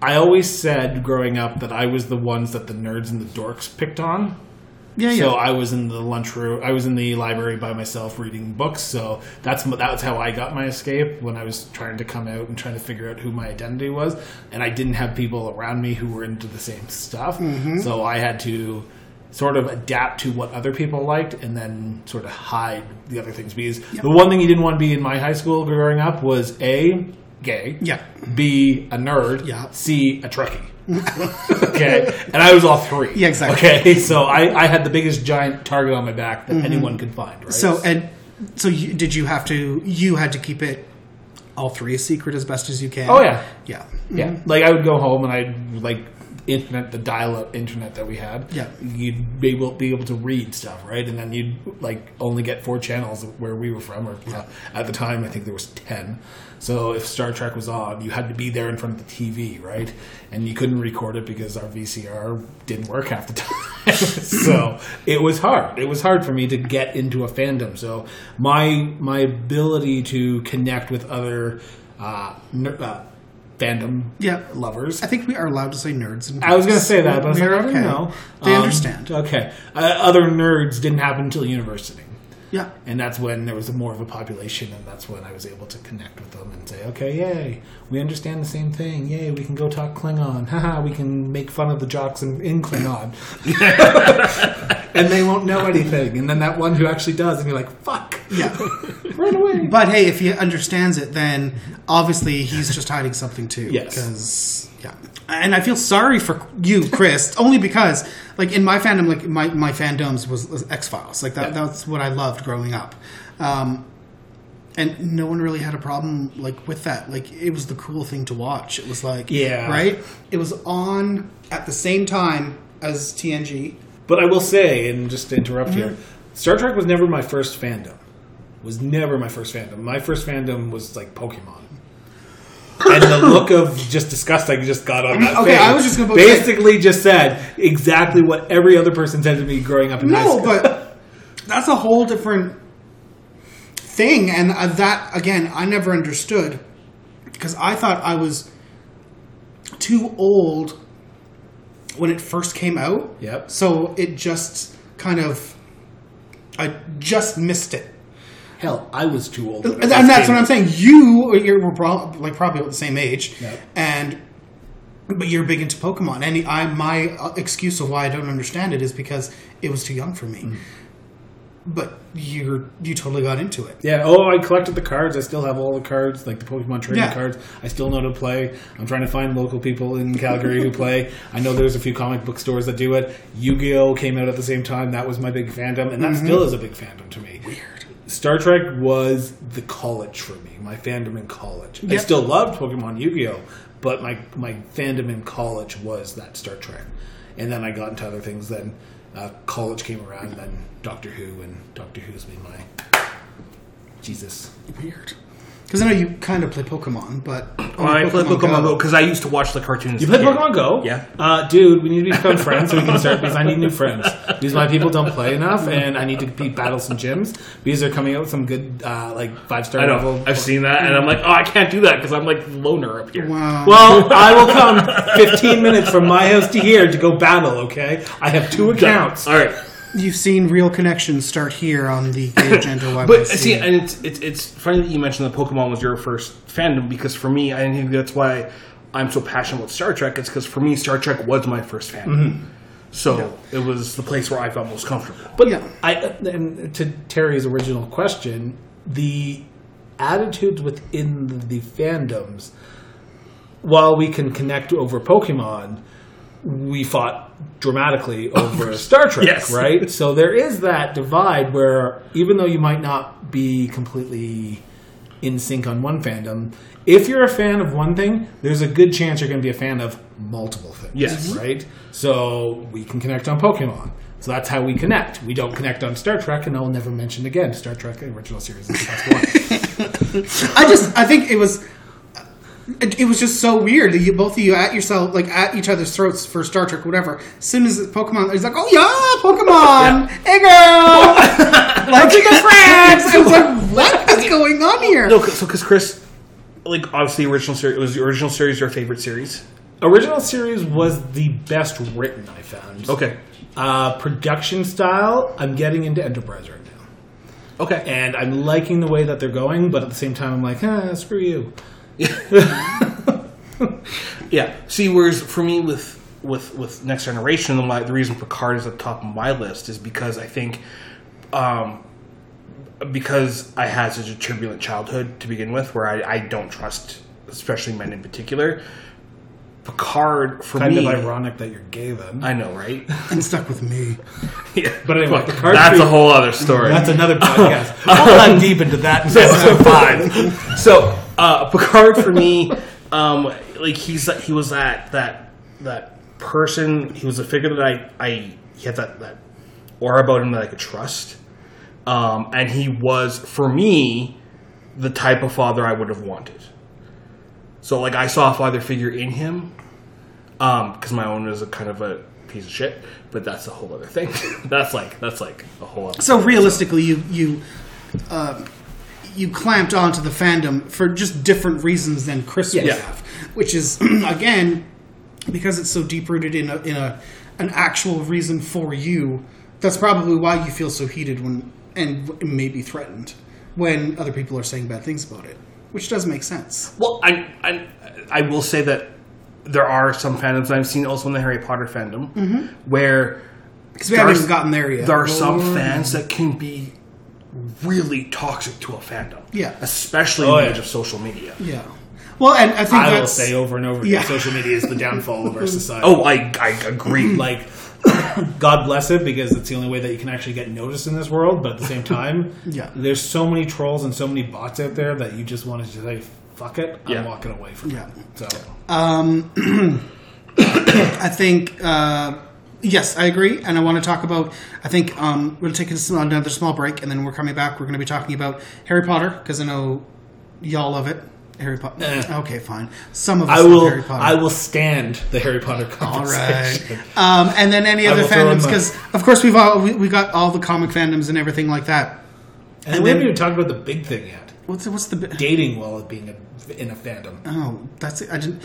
S3: I always said growing up that I was the ones that the nerds and the dorks picked on.
S1: yeah yeah.
S3: So I was in the lunchroom. I was in the library by myself reading books. So that's that's how I got my escape when I was trying to come out and trying to figure out who my identity was.
S1: Mm-hmm.
S3: And I didn't have people around me who were into the same stuff. So I had to sort of adapt to what other people liked and then sort of hide the other things. Because the one thing you didn't want to be in my high school growing up was A, gay.
S1: Yeah.
S3: B, a nerd.
S1: Yeah.
S3: C, a Trekkie. okay. And I was all three.
S1: Yeah, exactly.
S3: Okay. So I, I had the biggest giant target on my back that anyone could find, right?
S1: Mm-hmm. So and so, you, did you have to? You had to keep it all three a secret as best as you can.
S3: Oh, yeah.
S1: yeah.
S3: Yeah. Like I would go home and I'd like internet the dial up internet that we had.
S1: Yeah.
S3: You'd be able be able to read stuff, right? And then you'd like only get four channels where we were from or uh, at the time I think there was 10. So if Star Trek was on, you had to be there in front of the TV, right? And you couldn't record it because our VCR didn't work half the (laughs) time. so it was hard. It was hard for me to get into a fandom. So my my ability to connect with other uh, ner- uh, fandom
S1: Yeah.
S3: lovers.
S1: I think we are allowed to say nerds. And
S3: I was going to say that, but I was like,
S1: We're
S3: I don't know.
S1: They
S3: Um,
S1: understand.
S3: Okay. Uh, other nerds didn't happen until university.
S1: Yeah.
S3: And that's when there was more of a population, and that's when I was able to connect with them and say, okay, yay, we understand the same thing. Yay, we can go talk Klingon. (laughs) Haha, we can make fun of the jocks in,
S1: (laughs)
S3: in Klingon. and they won't know anything. And then that one who actually does, and you're like, fuck.
S1: Yeah.
S3: (laughs) Run away.
S1: But hey, if he understands it, then obviously he's just hiding something too.
S3: Yes.
S1: 'Cause- yeah. And I feel sorry for you, Chris, only because like in my fandom, like my, my fandoms was, was X Files. Like that, that's what I loved growing up. Um, and no one really had a problem like with that. Like it was the cool thing to watch. It was like
S3: Yeah.
S1: right. It was on at the same time as TNG.
S3: But I will say, and just to interrupt here,
S1: Mm-hmm.
S3: Star Trek was never my first fandom. Was never my first fandom. My first fandom was like Pokemon. and the look of just disgust I just got on that
S1: Okay,
S3: face
S1: I was just gonna say-
S3: basically just said exactly what every other person said to me growing up in high
S1: No,
S3: school.
S1: but that's a whole different thing, and uh, that again, I never understood because I thought I was too old when it first came out.
S3: Yep.
S1: So it just kind of, I just missed it.
S3: Hell, I was too old.
S1: And, and that's what I'm saying. You you're, were pro- like probably about the same age,
S3: Yep.
S1: and but you're big into Pokemon. And I my uh, excuse of why I don't understand it is because it was too young for me. But you're you totally got into it.
S3: Yeah. Oh, I collected the cards. I still have all the cards, like the Pokemon trading
S1: Yeah.
S3: cards. I still know to play. I'm trying to find local people in Calgary who play. I know there's a few comic book stores that do it. Yu-Gi-Oh came out at the same time. That was my big fandom, and that
S1: Mm-hmm.
S3: still is a big fandom to me. Weird. Star Trek was the college for me. My fandom in college. I
S1: Yep.
S3: still loved Pokemon, Yu-Gi-Oh, but my my fandom in college was that Star Trek, and then I got into other things. Then uh, college came around, and then Doctor Who, and Doctor Who's been my Jesus.
S1: Weird. Because I know you kind of play Pokemon, but
S2: Well, I played Pokemon Go because I used to watch the cartoons.
S3: You play
S2: Yeah.
S3: Pokemon Go?
S2: Yeah.
S3: Uh, dude, we need to become friends so we can start because I need new friends. Because my people don't play enough and I need to beat battles and gyms because they're coming out with some good, uh, like, five star
S2: I
S3: level.
S2: know. I've seen that, and I'm like, oh, I can't do that because I'm like loner up here.
S1: Wow.
S3: Well, I will come 15 minutes from my house to here to go battle, okay? I have two accounts.
S2: All right.
S1: You've seen real connections start here on the
S2: (laughs)
S1: Gay Agenda YYC.
S2: But see, and it's, it's it's funny that you mentioned that Pokemon was your first fandom because for me, I think that's why I'm so passionate about Star Trek. It's because for me, Star Trek was my first fandom. So it was the place where I felt most comfortable.
S3: But
S1: Yeah.
S3: I and to Terry's original question, the attitudes within the fandoms, while we can connect over Pokemon, we fought dramatically over Star Trek,
S2: Yes.
S3: right? So there is that divide where even though you might not be completely in sync on one fandom, if you're a fan of one thing, there's a good chance you're going to be a fan of multiple things.
S2: Yes.
S3: Right? So we can connect on Pokemon. So that's how we connect. We don't connect on Star Trek, and I'll never mention again Star Trek the original series. Is the best one.
S1: I just I think it was it, it was just so weird that you both of you at yourself like at each other's throats for Star Trek whatever. As soon as it's Pokemon, it's like oh yeah, Pokemon, hey (laughs) girl, like your friends. I was like, what (laughs) is going on here?
S2: No, 'cause- so because Chris, like obviously, the original series was the original series your favorite series.
S3: (laughs) original series was the best written I found.
S2: Okay.
S3: Uh, production style, I'm getting into Enterprise right now.
S2: Okay.
S3: and I'm liking the way that they're going, but at the same time, I'm like, ah, screw you.
S2: Yeah. See, whereas for me with with with Next Generation, and why the reason Picard is at the top of my list is because I think, um, because I had such a turbulent childhood to begin with, where I, I don't trust, especially men in particular. Picard for
S3: Kind
S2: me,
S3: of ironic that you're gay then.
S2: I know, right?
S1: and stuck with me.
S2: yeah,
S3: (laughs) But anyway,
S2: Fuck,
S3: Picard
S2: that's
S3: for-
S2: a whole other story.
S3: That's (laughs) another podcast. I'll (laughs) dive deep into that in
S2: so
S3: (laughs) season
S2: fine.
S3: five.
S2: So uh, Picard for me, um, like he's that he was that that that person. He was a figure that I I he had that that aura about him that I could trust, um, and he was for me the type of father I would have wanted. So like I saw a father figure in him, because my own was a kind of a piece of shit. But that's a whole other thing. (laughs) that's like that's like a whole other.
S1: So realistically, you you uh, you clamped onto the fandom for just different reasons than Chris would
S2: Yes.
S1: have, which is (clears throat) again because it's so deep rooted in a, in a an actual reason for you. That's probably why you feel so heated when and maybe threatened when other people are saying bad things about it, which does make sense.
S2: Well, I, I I will say that there are some fandoms I've seen also in the Harry Potter fandom
S1: Mm-hmm.
S2: where
S1: Because we
S2: There
S1: haven't
S2: are-
S1: even gotten there yet.
S2: there are some fans that can be really toxic to a fandom.
S1: Yeah.
S2: especially in
S3: Oh,
S2: the
S3: yeah.
S2: age of social media.
S1: yeah. Well, and I think
S3: I will
S1: that's
S3: say over and over again,
S1: Yeah.
S3: social media is the downfall of our society.
S2: Oh, I I
S1: Mm-hmm.
S2: agree. like,
S3: like (coughs) God bless it because it's the only way that you can actually get noticed in this world. But at the same time,
S1: Yeah.
S3: there's so many trolls and so many bots out there that you just want to just say, "Fuck it, I'm
S2: Yeah.
S3: walking away from
S1: Yeah.
S3: it." So
S1: I think uh, yes, I agree, and I want to talk about. I think um, we'll take a sm- another small break, and then we're coming back. We're going to be talking about Harry Potter because I know y'all love it. Harry Potter.
S3: Eh.
S1: Okay, fine. Some of us
S3: I
S1: love
S3: will,
S1: Harry Potter.
S3: I will stand the Harry Potter
S1: All
S3: conversation. (laughs)
S1: right. Um, and then any
S3: I
S1: other
S3: will throw in
S1: fandoms
S3: my-
S1: because of course we've all we, we got all the comic fandoms and everything like that.
S3: And,
S1: And
S3: we
S1: then-
S3: haven't even talked about the big thing yet:
S1: What's what's the bi-
S3: dating while being a, in a fandom.
S1: oh that's it. I didn't.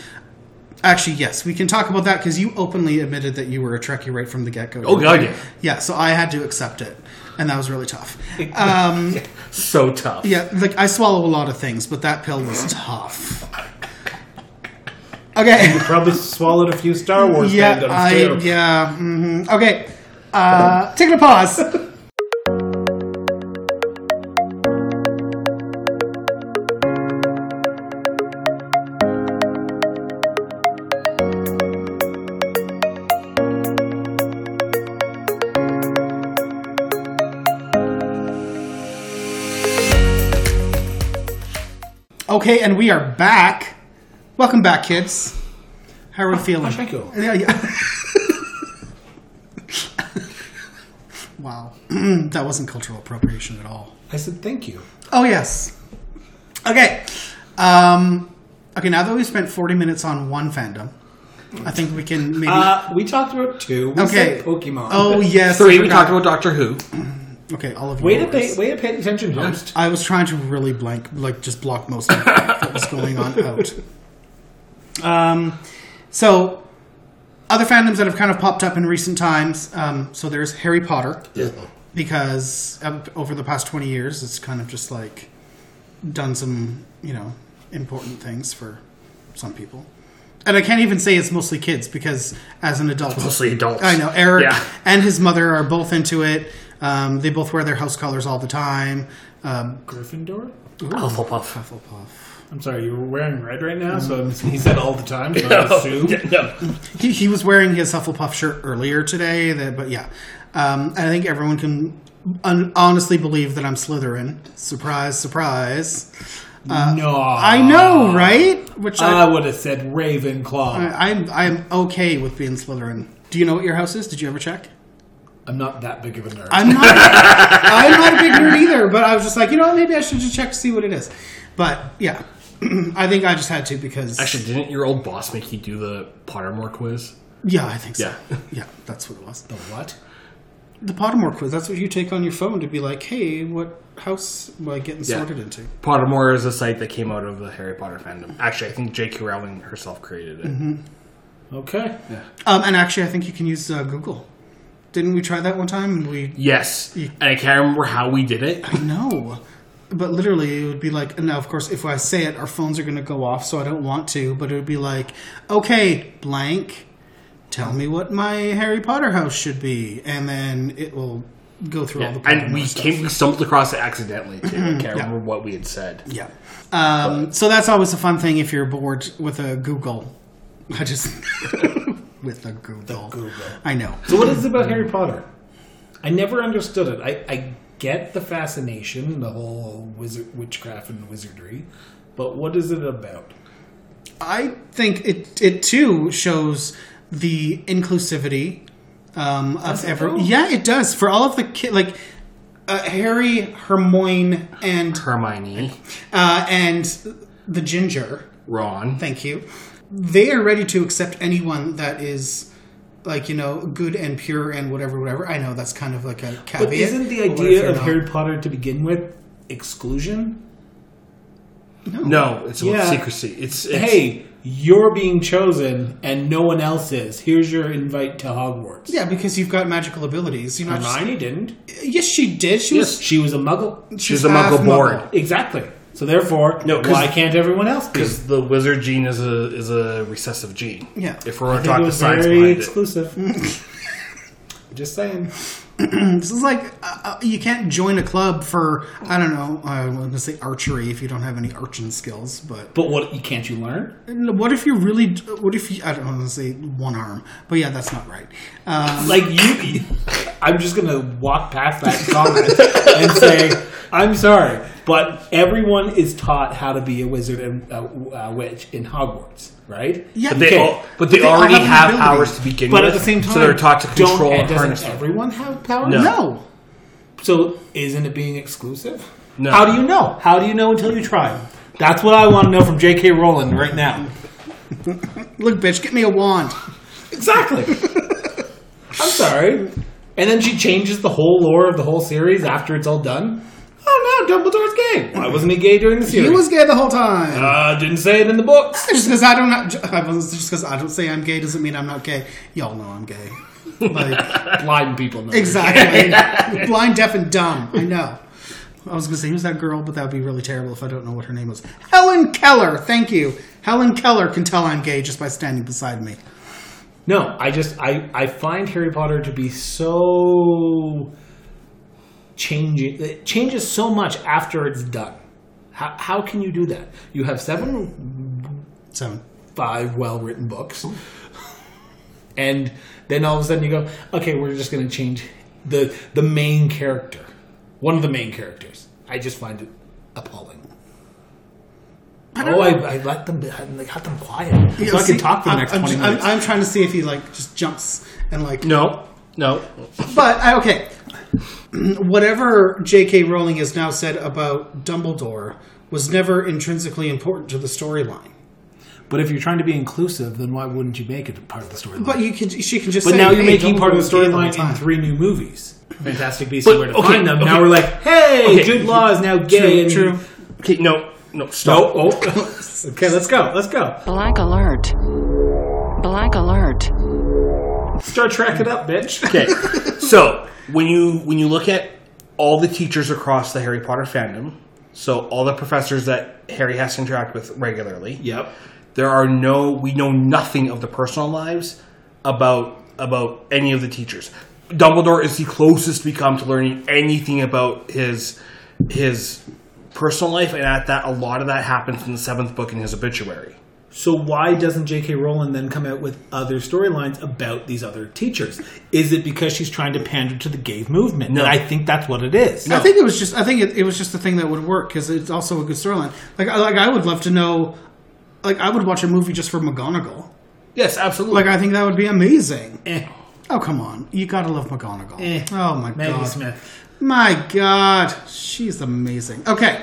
S1: Actually, yes, we can talk about that because you openly admitted that you were a Trekkie right from the get go.
S2: oh god, yeah,
S1: Yeah, so I had to accept it, and that was really tough.
S2: so tough.
S1: Yeah, like I swallow a lot of things, but that pill was tough. Okay.
S3: Probably swallowed a few Star Wars
S1: Yeah,
S3: fandoms
S1: I
S3: too.
S1: yeah. hmm Okay. Uh, taking a pause. Okay, and we are back. Welcome back, kids. How are we feeling?
S3: I go?
S1: Yeah, yeah. wow. (clears throat) that wasn't cultural appropriation at all.
S3: I said thank you.
S1: Oh, yes. Okay. Um, okay, now that we've spent 40 minutes on one fandom, I think we can maybe.
S3: Uh, we talked about two. We
S1: okay.
S3: said Pokemon.
S1: Oh, yes. I
S2: Three, we
S1: forgot.
S2: talked about Doctor Who.
S1: Okay, all of you.
S3: Way to
S1: were-
S3: pay, way to pay attention, host.
S1: I was trying to really blank, like just block most of what was going on
S2: (laughs)
S1: out. Um, so other fandoms that have kind of popped up in recent times. Um, so there's Harry Potter because um, over the past twenty years, it's kind of just like done some you know important things for some people. And I can't even say it's mostly kids because, as an adult,
S2: Mostly adults.
S1: I know Eric
S2: Yeah.
S1: and his mother are both into it. Um, they both wear their house colors all the time. Um,
S3: Gryffindor?
S2: Hufflepuff.
S1: Hufflepuff.
S3: I'm sorry, you were wearing red right now, so I'm- he said all the time. (laughs) So I assume.
S2: Yeah, yeah.
S1: He, he was wearing his Hufflepuff shirt earlier today, that, but yeah. Um, and I think everyone can un- honestly believe that I'm Slytherin. Surprise, surprise.
S3: no,
S1: I
S2: Uh,
S1: know, right? Which
S3: I
S1: I,
S3: would have said Ravenclaw.
S1: I, am I'm okay with being Slytherin. Do you know what your house is? Did you ever check?
S3: I'm not that big of a nerd.
S1: I'm
S2: (laughs)
S1: not. I'm not a big nerd either, but I was just like, you know, what, maybe I should just check to see what it is. But yeah, (clears throat) I think I just had to because
S2: Actually, didn't your old boss make you do the Pottermore quiz?
S1: yeah, I think so.
S2: Yeah.
S1: yeah, that's what it was.
S3: the what?
S1: The Pottermore quiz. That's what you take on your phone to be like, hey, what house am I getting
S2: Yeah.
S1: sorted into?
S2: (laughs) Pottermore is a site that came out of the Harry Potter fandom. Actually, I think J.K. Rowling herself created it.
S1: Mm-hmm.
S3: Okay.
S1: Um, and actually, I think you can use uh, Google. Didn't we try that one time? And we
S2: Yes, and I can't remember how we did it. (laughs)
S1: no, but literally, it would be like. and Now, of course, if I say it, our phones are going to go off, so I don't want to. But it would be like, okay, blank tell me what my Harry Potter house should be, and then it will go through all the
S2: and we
S1: Pottermore stuff.
S2: came, we stumbled across it accidentally. Too. I can't remember what we had said.
S1: Yeah. Um, so that's always a fun thing if you're bored with a Google. I just with a Google.
S3: Google.
S1: I know.
S3: So what is it about Harry Potter? I never understood it. I, I get the fascination, the whole wizard, witchcraft and wizardry, but what is it about?
S1: I think it it too shows the inclusivity um, of every. Yeah, it does for all of the ki- like uh, Harry, Hermione, and
S2: Hermione,
S1: uh, and the ginger.
S2: Ron.
S1: Thank you. They are ready to accept anyone that is like you know good and pure and whatever, whatever. I know that's kind of like a caveat.
S3: But isn't the
S1: but what if
S3: idea
S1: you're
S3: of
S1: not?
S3: Harry Potter to begin with exclusion?
S2: No, it's about
S3: Yeah.
S2: secrecy. It's, it's
S3: hey, you're being chosen and no one else is. Here's your invite to Hogwarts.
S1: Yeah, because you've got magical abilities. You're not just,
S3: Hermione didn't.
S1: yes, she did. She was.
S3: She was a muggle.
S2: she's a muggle
S1: half
S2: born.
S3: Exactly. So therefore,
S2: No, 'cause-
S3: why can't everyone else be?
S2: because the wizard gene is a is a recessive gene.
S1: Yeah.
S2: If we're
S3: I
S2: going to
S3: think
S2: talk
S3: it
S2: the
S3: was
S2: science
S3: very
S2: behind it,
S3: exclusive. (laughs) Just saying.
S1: This is like uh, uh, you can't join a club for I don't know. I was going to say archery if you don't have any arching skills, but
S3: But what can't you learn?
S1: And what if you really? d- What if you? I don't want to say one arm, but yeah, that's not right. Um,
S3: Like you, I'm just gonna walk past that comment and say, I'm sorry, but everyone is taught how to be a wizard and a, a witch in Hogwarts, right?
S1: yeah,
S2: but they
S1: okay.
S2: all, but they,
S1: all
S2: already
S1: have an
S2: have
S1: ability.
S2: powers to begin
S3: But
S2: with.
S3: at the same time,
S2: so they're taught to control and
S3: don't, and
S2: harness
S3: doesn't
S2: them.
S3: everyone have power?
S2: No.
S1: no.
S3: So isn't it being exclusive?
S2: No.
S3: How do you know? How do you know until you try? That's what I want to know from J.K. Rowling right now.
S1: Look, bitch, get me a wand. (laughs)
S3: Exactly. I'm sorry. And then she changes the whole lore of the whole series after it's all done. Oh no, Dumbledore's gay. Why wasn't he gay during the series?
S1: He was gay the whole time.
S3: Uh, didn't say it in the
S1: (laughs)
S3: books.
S1: just because I don't, know- I was- just because I don't say I'm gay doesn't mean I'm not gay. Y'all know I'm (laughs) gay. Like.
S3: Blind people know.
S1: (laughs) Exactly. Blind, deaf, and dumb. I know. I was going to say, who's that girl? But that would be really terrible if I don't know what her name was. Helen Keller. Thank you. Helen Keller can tell I'm gay just by standing beside me.
S3: No, I just I I find Harry Potter to be so changing. It changes so much after it's done. How how can you do that? You have seven
S1: So,
S3: five well written books. And then all of a sudden you go, okay, we're just going to change the the main character, one of the main characters. I just find it appalling. oh, I, I let them I let them quiet so I
S1: See,
S3: can talk for the
S1: I'm-
S3: next
S1: I'm,
S3: twenty
S1: I'm,
S3: minutes.
S1: I'm trying to see if he like just jumps and like.
S2: No, no.
S1: But I, okay, (clears throat) whatever J.K. Rowling has now said about Dumbledore was never intrinsically important to the storyline.
S3: but if you're trying to be inclusive, then why wouldn't you make it a part of the storyline?
S1: But you could, she can just.
S3: But
S1: say,
S3: now you're
S1: "Hey,
S3: making part of the
S1: Dumbledore was gay
S3: storyline
S1: the whole time."
S3: in three new movies. Fantastic Beasts
S2: But,
S3: and Where to
S2: okay,
S3: Find Them.
S2: okay.
S3: Now we're like, hey,
S2: Okay.
S3: Jude Law is now gay.
S1: True,
S3: and-
S1: true.
S2: Okay, no, no.
S3: No,
S2: Stop.
S3: oh. (laughs) okay, let's go. Let's go.
S5: Black alert. Black alert.
S3: Star Trek it up, bitch.
S2: Okay. so when you when you look at all the teachers across the Harry Potter fandom, so all the professors that Harry has to interact with regularly.
S3: Yep.
S2: There are no we know nothing of the personal lives about about any of the teachers. Dumbledore is the closest we come to learning anything about his his personal life and at that a lot of that happens in the seventh book in his obituary.
S3: So why doesn't J.K. Rowling then come out with other storylines about these other teachers? Is it because she's trying to pander to the gay movement?
S2: No.
S3: And I think that's what it is.
S1: I think it was just. I think it, it was just the thing that would work because it's also a good storyline. Like, I- like I would love to know. Like, I would watch a movie just for McGonagall.
S2: Yes, absolutely.
S1: Like, I think that would be amazing.
S3: Eh,
S1: Oh come on, you gotta love McGonagall.
S3: eh.
S1: Oh my
S3: Maggie
S1: god,
S3: Smith.
S1: my god, she's amazing. Okay,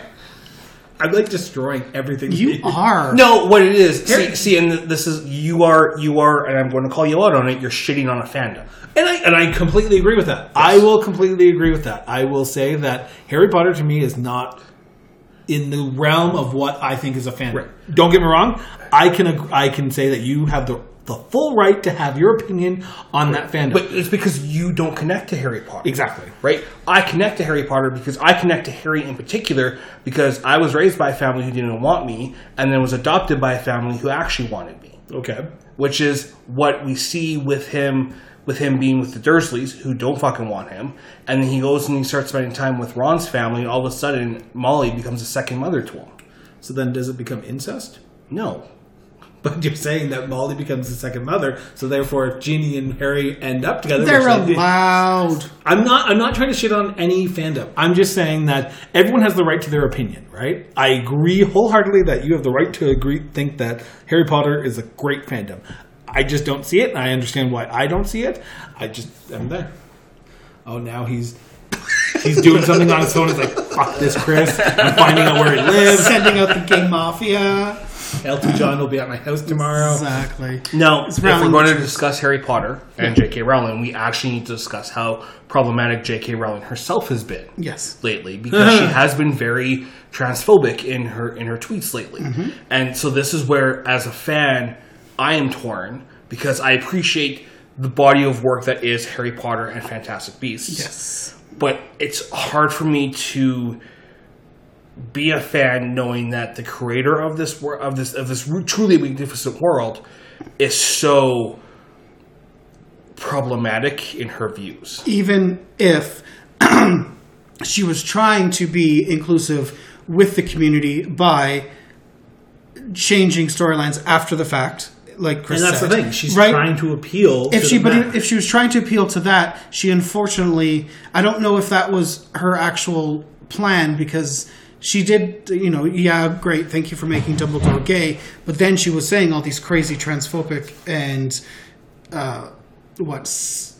S3: I'm like destroying everything. (laughs)
S1: you are.
S2: No, what it is, see,
S3: Here-
S2: see, and this is you are you are, and I'm going to call you out on it. You're shitting on a fandom.
S3: And I and I completely agree with that. I will completely agree with that. I will say that Harry Potter to me is not in the realm of what I think is a fan.
S2: Right.
S3: Don't get me wrong. I can ag- I can say that you have the the full right to have your opinion on that fandom.
S2: But it's because you don't connect to Harry Potter.
S3: exactly.
S2: Right? I connect to Harry Potter because I connect to Harry in particular because I was raised by a family who didn't want me and then was adopted by a family who actually wanted me.
S3: Okay.
S2: which is what we see with him with him being with the Dursleys, who don't fucking want him, and then he goes and he starts spending time with Ron's family. All of a sudden, Molly becomes a second mother to him.
S3: So then, does it become incest? (laughs)
S2: No,
S3: But you're saying that Molly becomes the second mother, so therefore, if Jeannie and Harry end up together,
S1: They're
S3: which they did-
S1: allowed.
S3: (laughs) I'm not. I'm not trying to shit on any fandom. I'm just saying that everyone has the right to their opinion, right? I agree wholeheartedly that you have the right to agree, think that Harry Potter is a great fandom. I just don't see it, and I understand why I don't see it. I just am there. Oh, now he's
S6: He's doing something on his phone. It's like, fuck this, Chris. I'm finding out where he lives.
S1: Sending out the gay mafia.
S3: Elton John will be at my house tomorrow.
S1: Exactly.
S2: No, if we're
S1: Rowling
S2: going to discuss Harry Potter and J.K. Rowling, we actually need to discuss how problematic J.K. Rowling herself has been
S1: Yes.
S2: lately because
S1: (laughs)
S2: she has been very transphobic in her in her tweets lately.
S1: Mm-hmm.
S2: And so this is where as a fan I am torn because I appreciate the body of work that is Harry Potter and Fantastic Beasts.
S1: Yes.
S2: But it's hard for me to be a fan knowing that the creator of this wor- of this of this truly magnificent world is so problematic in her views.
S1: even if (clears throat) she was trying to be inclusive with the community by changing storylines after the fact, like Chris
S3: And that's the
S1: said.
S3: thing. She's
S1: Right?
S3: trying to appeal.
S1: If
S3: to
S1: she,
S3: the
S1: but
S3: man.
S1: if she was trying to appeal to that, she unfortunately, I don't know if that was her actual plan because she did, you know, yeah, great, thank you for making Dumbledore gay, but then she was saying all these crazy transphobic and uh, what s-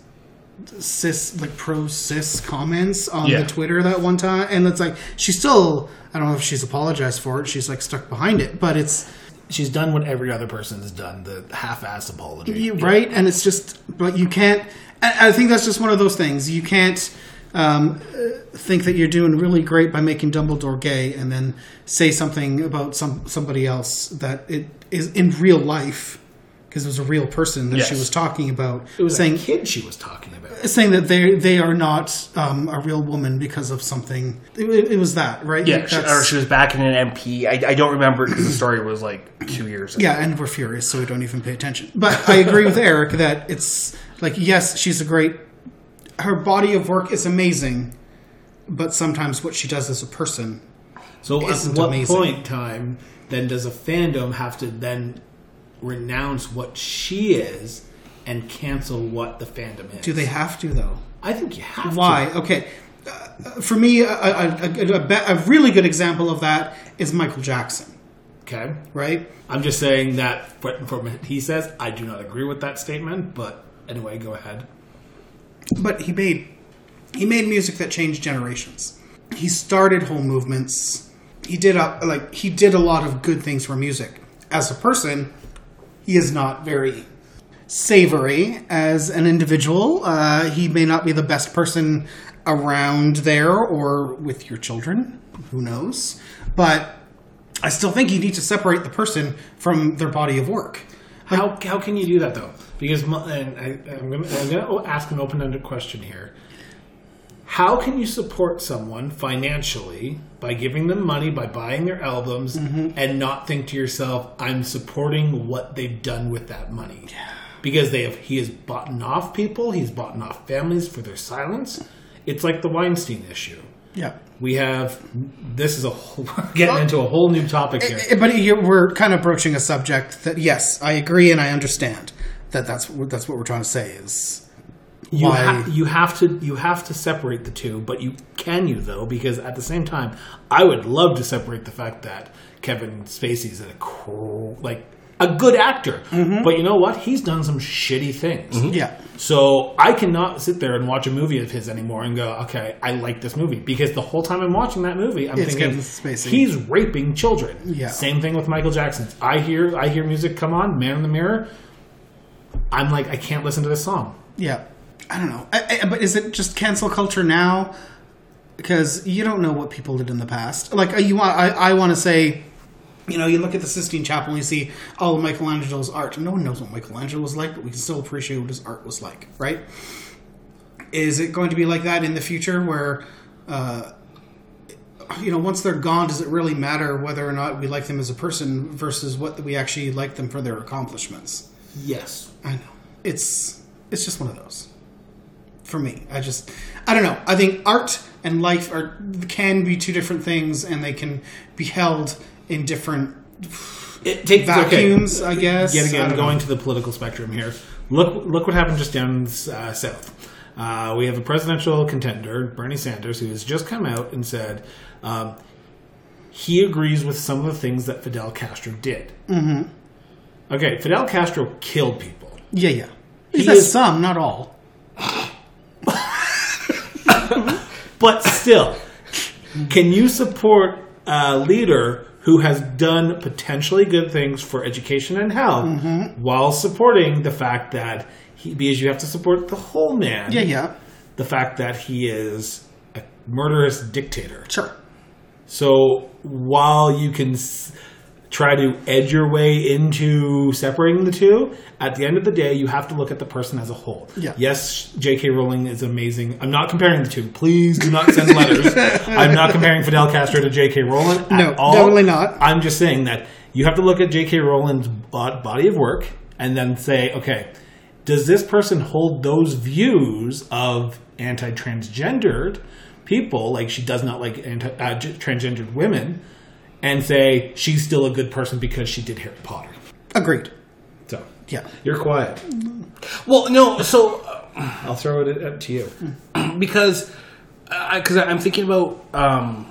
S1: cis like pro cis comments on
S2: Yeah.
S1: the Twitter that one time, and it's like she's still, I don't know if she's apologized for it, she's like stuck behind it, but it's
S3: she's done what every other person has done, the half-ass apology.
S1: you, right and it's just but you can't I, I think that's just one of those things you can't um, uh, think that you're doing really great by making dumbledore gay and then say something about some somebody else that it is in real life because it was a real person that she
S2: Yes.
S1: was talking about
S3: It was
S1: saying
S3: a kid she was talking about.
S1: saying that they they are not um, a real woman because of something it, it- it was that right
S2: Yeah,
S1: Like,
S2: she,
S1: that's-
S2: or she was back in an MP. I, I don't remember because the story was like two years ago.
S1: Yeah, and we're furious, so we don't even pay attention. But I agree with Eric that it's like, yes, she's a great. Her body of work is amazing, but sometimes what she does as a person.
S3: So at
S1: Isn't
S3: what
S1: amazing.
S3: point in time then does a fandom have to then renounce what she is and cancel what the fandom is?
S1: Do they have to though?
S3: I think you have
S1: Why?
S3: to.
S1: Okay, uh, for me, a, a, a, a, be- a really good example of that is Michael Jackson.
S3: Okay.
S1: Right?
S3: I'm just saying that what- from what he says, I do not agree with that statement, but anyway, go ahead.
S1: but he made he made music that changed generations. He started whole movements. He did a, like he did a lot of good things for music. As a person, he is not very savory as an individual. Uh, he may not be the best person around there or with your children. Who knows? But I still think you need to separate the person from their body of work.
S3: How, how can you do that though? Because mo- and I, I'm going to I'm gonna ask an open-ended question here. How can you support someone financially by giving them money, by buying their albums, and not think to yourself, "I'm supporting what they've done with that money"? Because they have he has bought off people, he's bought off families for their silence. It's like the Weinstein issue.
S1: Yeah.
S3: We have this is a whole, (laughs) getting into a whole new topic here.
S1: Eh, But you're, we're kind of broaching a subject that, yes, I agree and I understand that that's what- that's what we're trying to say is
S3: you,
S1: why.
S3: ha- you have to you have to separate the two, but you can you though because at the same time, I would love to separate the fact that Kevin Spacey's a cool, like a good actor,
S1: Mm-hmm.
S3: but you know what? He's done some shitty things.
S1: yeah,
S3: So I cannot sit there and watch a movie of his anymore and go, okay, I like this movie because the whole time I'm watching that movie, I'm
S1: It's
S3: thinking
S1: Kevin Spacey.
S3: he's raping children.
S1: Yeah.
S3: Same thing with Michael Jackson. I hear I hear music come on, Man in the Mirror. I'm like, I can't listen to this song.
S1: yeah. I don't know. I, I, but is it just cancel culture now? Because you don't know what people did in the past. Like uh, you want, I, I want to say, you know, you look at the Sistine Chapel and you see all of Michelangelo's art. No one knows what Michelangelo was like, but we can still appreciate what his art was like, right? Is it going to be like that in the future where? uh, you know, once they're gone, does it really matter whether or not we like them as a person versus what we actually like them for their accomplishments?
S3: Yes.
S1: I know. It's it's just one of those. For me, I just I don't know. I think art and life are can be two different things, and they can be held in different
S3: It takes
S1: vacuums. I guess.
S3: Yet
S1: I
S3: again,
S1: don't know.
S3: going to the political spectrum here. Look, look what happened just down uh, south. Uh, we have a presidential contender, Bernie Sanders, who has just come out and said um, he agrees with some of the things that Fidel Castro did. Mm-hmm. Okay, Fidel Castro killed people.
S1: Yeah, yeah. He,
S3: He
S1: says
S3: is-
S1: some, not all.
S3: But still, can you support a leader who has done potentially good things for education and health
S1: Mm-hmm.
S3: while supporting the fact that he, because you have to support the whole man,
S1: Yeah, yeah.
S3: the fact that he is a murderous dictator?
S1: Sure.
S3: So while you can s- try to edge your way into separating the two, at the end of the day, you have to look at the person as a whole.
S1: Yeah.
S3: Yes, J.K. Rowling is amazing. I'm not comparing the two. Please do not send letters. I'm not comparing Fidel Castro to J.K. Rowling. at
S1: No,
S3: all.
S1: definitely not.
S3: I'm just saying that you have to look at J.K. Rowling's bod- body of work and then say, okay, does this person hold those views of anti transgendered people? Like she does not like anti uh, j- transgendered women, and say she's still a good person because she did Harry Potter.
S1: Agreed.
S3: So
S1: Yeah.
S3: you're quiet.
S2: Well, no. Hmm. So uh,
S3: I'll throw it up to you.
S2: (clears throat) because because I'm thinking about um,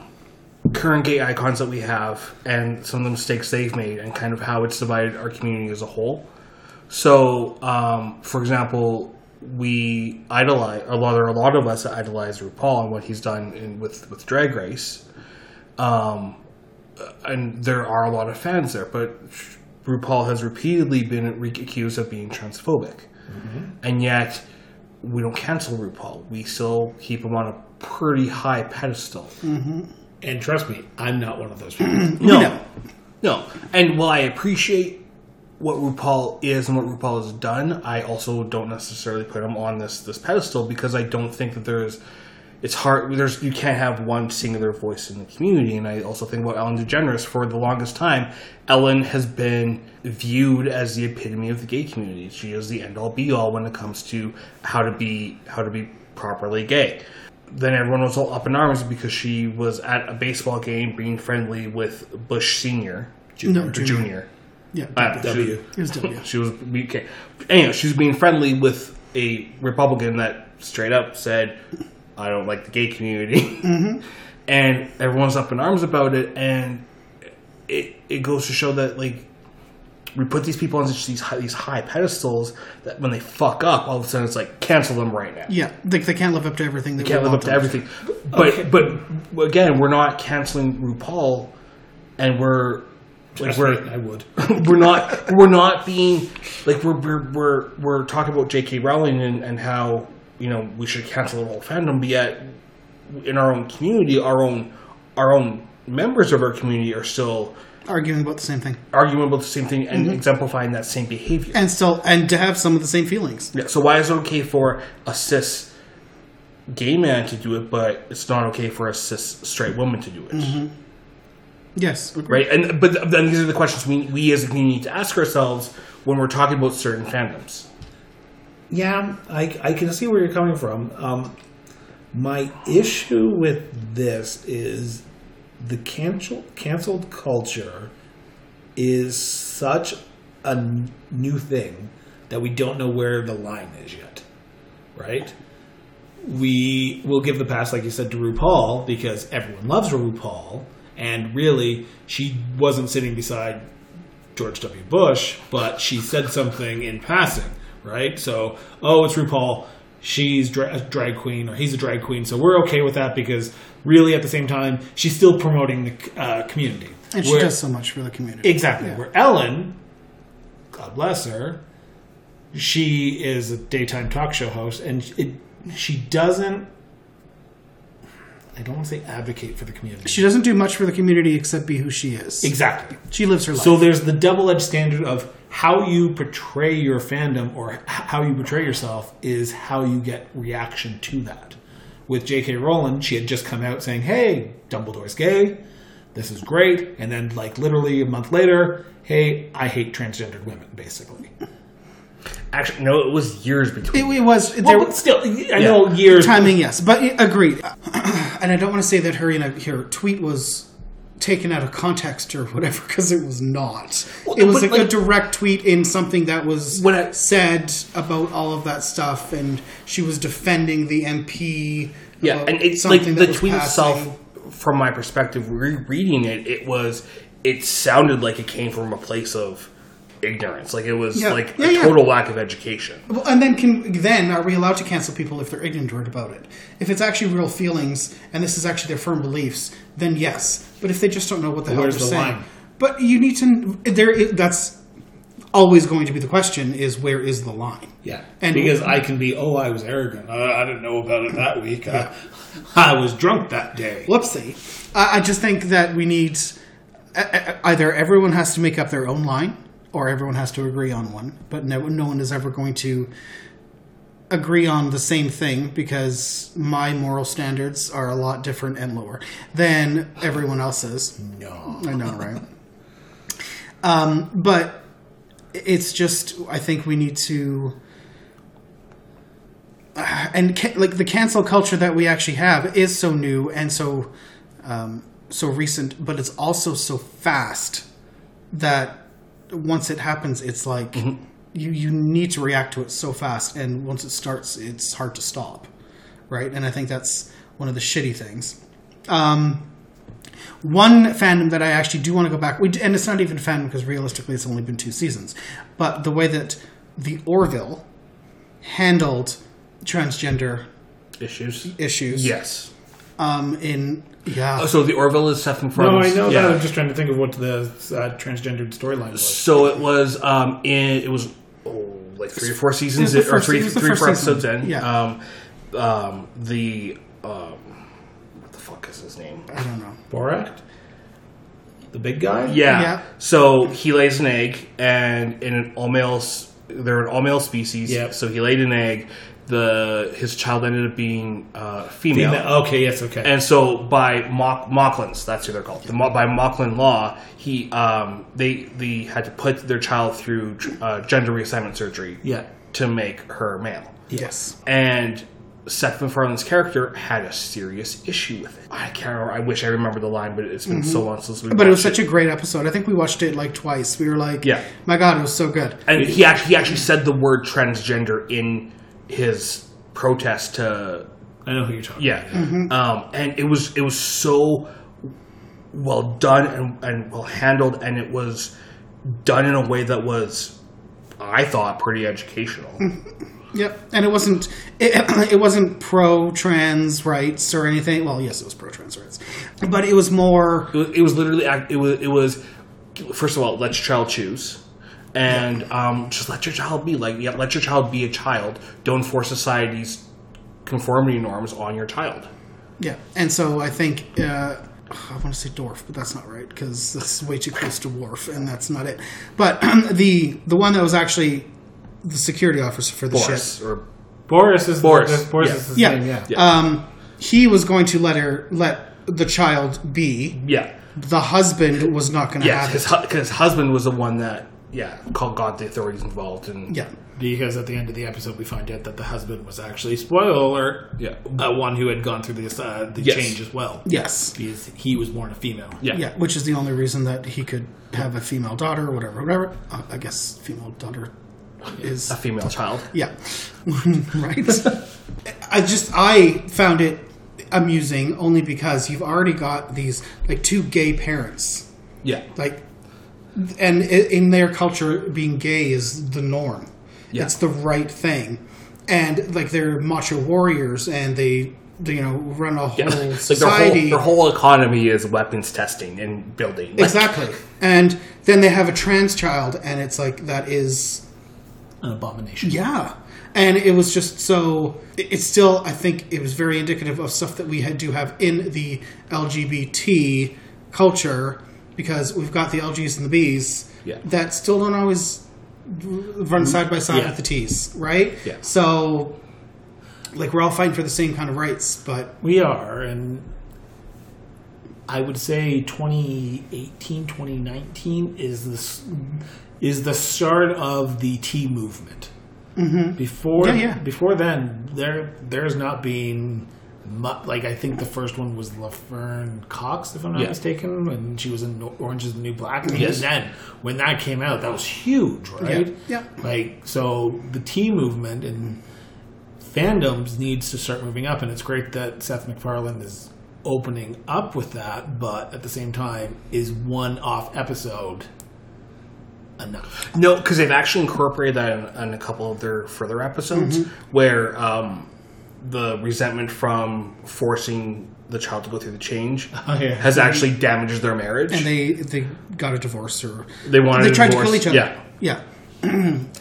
S2: current gay icons that we have and some of the mistakes they've made and kind of how it's divided our community as a whole. So, um, for example, we idolize a lot. There are a lot of us that idolize RuPaul and what he's done in, with with Drag Race. Um, and there are a lot of fans there, but RuPaul has repeatedly been re- accused of being transphobic, and yet we don't cancel RuPaul. We still keep him on a pretty high pedestal.
S3: And trust me, I'm not one of
S2: (clears throat)
S3: those people.
S2: No, no. And while I appreciate what RuPaul is and what RuPaul has done, I also don't necessarily put him on this this pedestal because I don't think that there's. It's hard. There's you can't have one singular voice in the community, and I also think about Ellen DeGeneres. For the longest time, Ellen has been viewed as the epitome of the gay community. She is the end all be all when it comes to how to be how to be properly gay then everyone was all up in arms because she was at a baseball game being friendly with Bush Senior,
S1: Junior.
S2: or
S1: No,
S2: Junior.
S1: Junior. Yeah.
S2: Uh,
S3: W.
S1: It was W.
S2: She, she was okay. Anyhow, she was being friendly with a Republican that straight up said, "I don't like the gay community,"
S1: Mm-hmm.
S2: (laughs) and everyone's up in arms about it. And it it goes to show that like we put these people on such these high, these high pedestals that when they fuck up, all of a sudden it's like cancel them right now
S1: Yeah. They, they can't live up to everything. They
S2: can't live up to everything. But but again, we're not canceling RuPaul, and we're like we're
S3: I would.
S2: we're not we're not being like we're we're we're, we're talking about J.K. Rowling and, and how you know we should cancel the whole fandom, but yet in our own community, our own our own members of our community are still
S1: Arguing about the same thing.
S2: arguing about the same thing and exemplifying that same behavior.
S1: And still, and to have some of the same feelings.
S2: Yeah, so why is it okay for a cis gay man to do it, but it's not okay for a cis straight woman to do it?
S1: Yes.
S2: Right? And but then these are the questions we we as a community need to ask ourselves when we're talking about certain fandoms.
S3: Yeah, I, I can see where you're coming from. Um, my issue with this is the cancel canceled culture is such a n- new thing that we don't know where the line is yet, right? We will give the pass, like you said, to RuPaul because everyone loves RuPaul, and really, she wasn't sitting beside George W. Bush, but she said something in passing, right? So, oh, it's RuPaul. She's dra- a drag queen, or he's a drag queen, so we're okay with that because really, at the same time, she's still promoting the uh, community.
S1: And she
S3: Where-
S1: does so much for the community.
S3: Exactly. Where Ellen, God bless her, she is a daytime talk show host, and it, she doesn't. I don't want to say advocate for the community.
S1: She doesn't do much for the community except be who she is.
S3: exactly.
S1: She lives her life.
S3: So there's the double edged standard of how you portray your fandom or h- how you portray yourself is how you get reaction to that. With J.K. Rowling, she had just come out saying, "Hey, Dumbledore's gay. This is great," and then like literally a month later, "Hey, I hate transgendered women," basically.
S2: Actually, no, it was years between.
S1: It, it was
S3: Well,
S1: there.
S3: but still, I know years.
S1: Timing, yes, but i- agreed. (clears throat) and I don't want to say that her in a, her tweet was taken out of context or whatever because it was not. it was
S2: but,
S1: like, a
S2: like-
S1: direct tweet in something that was
S2: What I-
S1: said about all of that stuff, and she was defending the MP.
S2: yeah,
S1: about
S2: and it's like
S1: something
S2: the
S1: that was
S2: tweet
S1: passing.
S2: itself, from my perspective, rereading it, it was it sounded like it came from a place of ignorance. Like it was
S1: Yeah.
S2: like
S1: Yeah,
S2: a
S1: yeah.
S2: total lack of education.
S1: Well, and then can then are we allowed to cancel people if they're ignorant about it? If it's actually real feelings and this is actually their firm beliefs, then yes. But if they just don't know what the hell
S3: Where's
S1: they're
S3: the
S1: saying,
S3: line?
S1: but you need to there. i- That's always going to be the question: is where is the line?
S3: Yeah,
S1: And-
S3: because I can be, oh, I was arrogant. I, I didn't know about it that week. I, I was drunk that day.
S1: Whoopsie. I, I just think that we need e- e- either everyone has to make up their own line or everyone has to agree on one, but no, no one is ever going to agree on the same thing because my moral standards are a lot different and lower than everyone else's. No. I know, right? um, but it's just, I think we need to and ca- like the cancel culture that we actually have is so new and so um, so recent, but it's also so fast that once it happens, it's like you you need to react to it so fast, and once it starts, it's hard to stop, right? And I think that's one of the shitty things. Um, one fandom that I actually do want to go back, we, d- and it's not even a fandom because realistically, it's only been two seasons, but the way that the Orville handled transgender
S2: Issues.
S1: issues.
S2: Yes.
S1: Um. In yeah.
S2: So the Orville is Seth and
S3: No,
S2: From's-
S3: I know
S2: yeah.
S3: that. I'm just trying to think of what the uh, transgendered storyline was.
S2: So it was um in it was oh, like three or four seasons
S1: It was the
S2: or
S1: first-
S2: three
S1: it was the
S2: three or
S1: first
S2: four
S1: season.
S2: episodes in.
S1: Yeah.
S2: Um, um the um what the fuck is his name?
S1: I don't know.
S3: Borat, the big guy.
S2: Yeah.
S1: Yeah.
S2: So he lays an egg, and in an all male, s- they're an all male species.
S3: Yep.
S2: So he laid an egg. The his child ended up being uh,
S3: Female-
S2: female.
S3: Okay, yes, okay.
S2: And so by Mock, Mocklins, that's who they're called. The Mo- by Mocklin law, he um, they they had to put their child through uh, gender reassignment surgery.
S3: Yeah.
S2: To make her male.
S1: Yes.
S2: And Seth MacFarlane's character had a serious issue with it. I can't. Remember, I wish I remember the line, but it's been so long since we.
S1: Mm-hmm. But it was
S2: watched
S1: such a great episode. I think we watched it like twice. We were like,
S2: Yeah.
S1: my God, it was so good.
S2: and he actually, he actually said the word transgender in his protest to
S3: I know who you're talking.
S2: yeah um, and it was it was so well done and, and well handled and it was done in a way that was i thought pretty educational
S1: Yep. And it wasn't it, (clears throat) it wasn't pro trans rights or anything. Well, yes, it was pro trans rights, but it was more.
S2: it, was, it was literally act- it was it was first of all let your child choose and um, just let your child be like yeah, let your child be a child don't force society's conformity norms on your child
S1: Yeah. And so I think uh, I want to say dwarf, but that's not right because that's way too close to dwarf, and that's not it. But (clears throat) the the one that was actually the security officer for the ship.
S2: Boris or
S3: Boris is
S2: Boris,
S3: The, Boris
S2: yeah.
S3: is his
S1: Yeah.
S3: name. Yeah.
S1: Um, he was going to let her let the child be.
S2: yeah
S1: The husband was not going to
S2: Yeah,
S1: have
S2: his,
S1: it.
S2: hu- 'cause his husband was the one that yeah called got the authorities involved and
S1: Yeah.
S3: Because at the end of the episode, we find out that the husband was actually spoiler alert,
S2: Yeah.
S3: uh, one who had gone through this uh, the
S2: Yes.
S3: change as well.
S1: Yes.
S3: because he was born a female.
S2: yeah
S1: Yeah, which is the only reason that he could have a female daughter or whatever, whatever. Uh, I guess female daughter is
S2: a female child.
S1: (laughs) yeah, right. I just I found it amusing only because you've already got these like two gay parents
S2: Yeah,
S1: like and i- in their culture being gay is the norm
S2: Yeah.
S1: it's the right thing and like they're macho warriors and they, they, you know run a whole
S2: yeah. (laughs) like their whole,
S1: society
S2: their whole economy is weapons testing and building.
S1: (laughs)
S2: Like,
S1: exactly and then they have a trans child and it's like that is
S3: An abomination.
S1: Yeah. And it was just so. it- It's still, I think, it was very indicative of stuff that we had, do have in the LGBT culture because we've got the LGs and the Bs
S2: Yeah.
S1: that still don't always run side by side
S3: Yeah.
S1: with the Ts, right?
S2: Yeah.
S1: So, like, we're all fighting for the same kind of rights, but
S3: We are, and I would say 2018, 2019 is this is the start of the tea movement.
S4: Before
S1: Mm-hmm. Yeah, yeah.
S4: before then, there there's not been much. Like I think the first one was Laverne Cox, if I'm not
S2: Yeah.
S4: mistaken, and she was in Orange Is the New Black. And
S2: Yes.
S4: even then, when that came out, that was huge, right?
S1: Yeah.
S4: Like so, the tea movement and fandoms needs to start moving up, and it's great that Seth MacFarlane is opening up with that, but at the same time, is one off episode enough?
S2: No, because they've actually incorporated that in, in a couple of their further episodes
S1: Mm-hmm.
S2: where um, the resentment from forcing the child to go through the
S1: (laughs)
S2: change
S4: yeah.
S2: has actually damaged their marriage.
S1: Oh, and they they got a divorce or
S2: They wanted
S1: they
S2: a
S1: tried to
S2: divorce.
S1: kill each other. yeah.
S2: Yeah.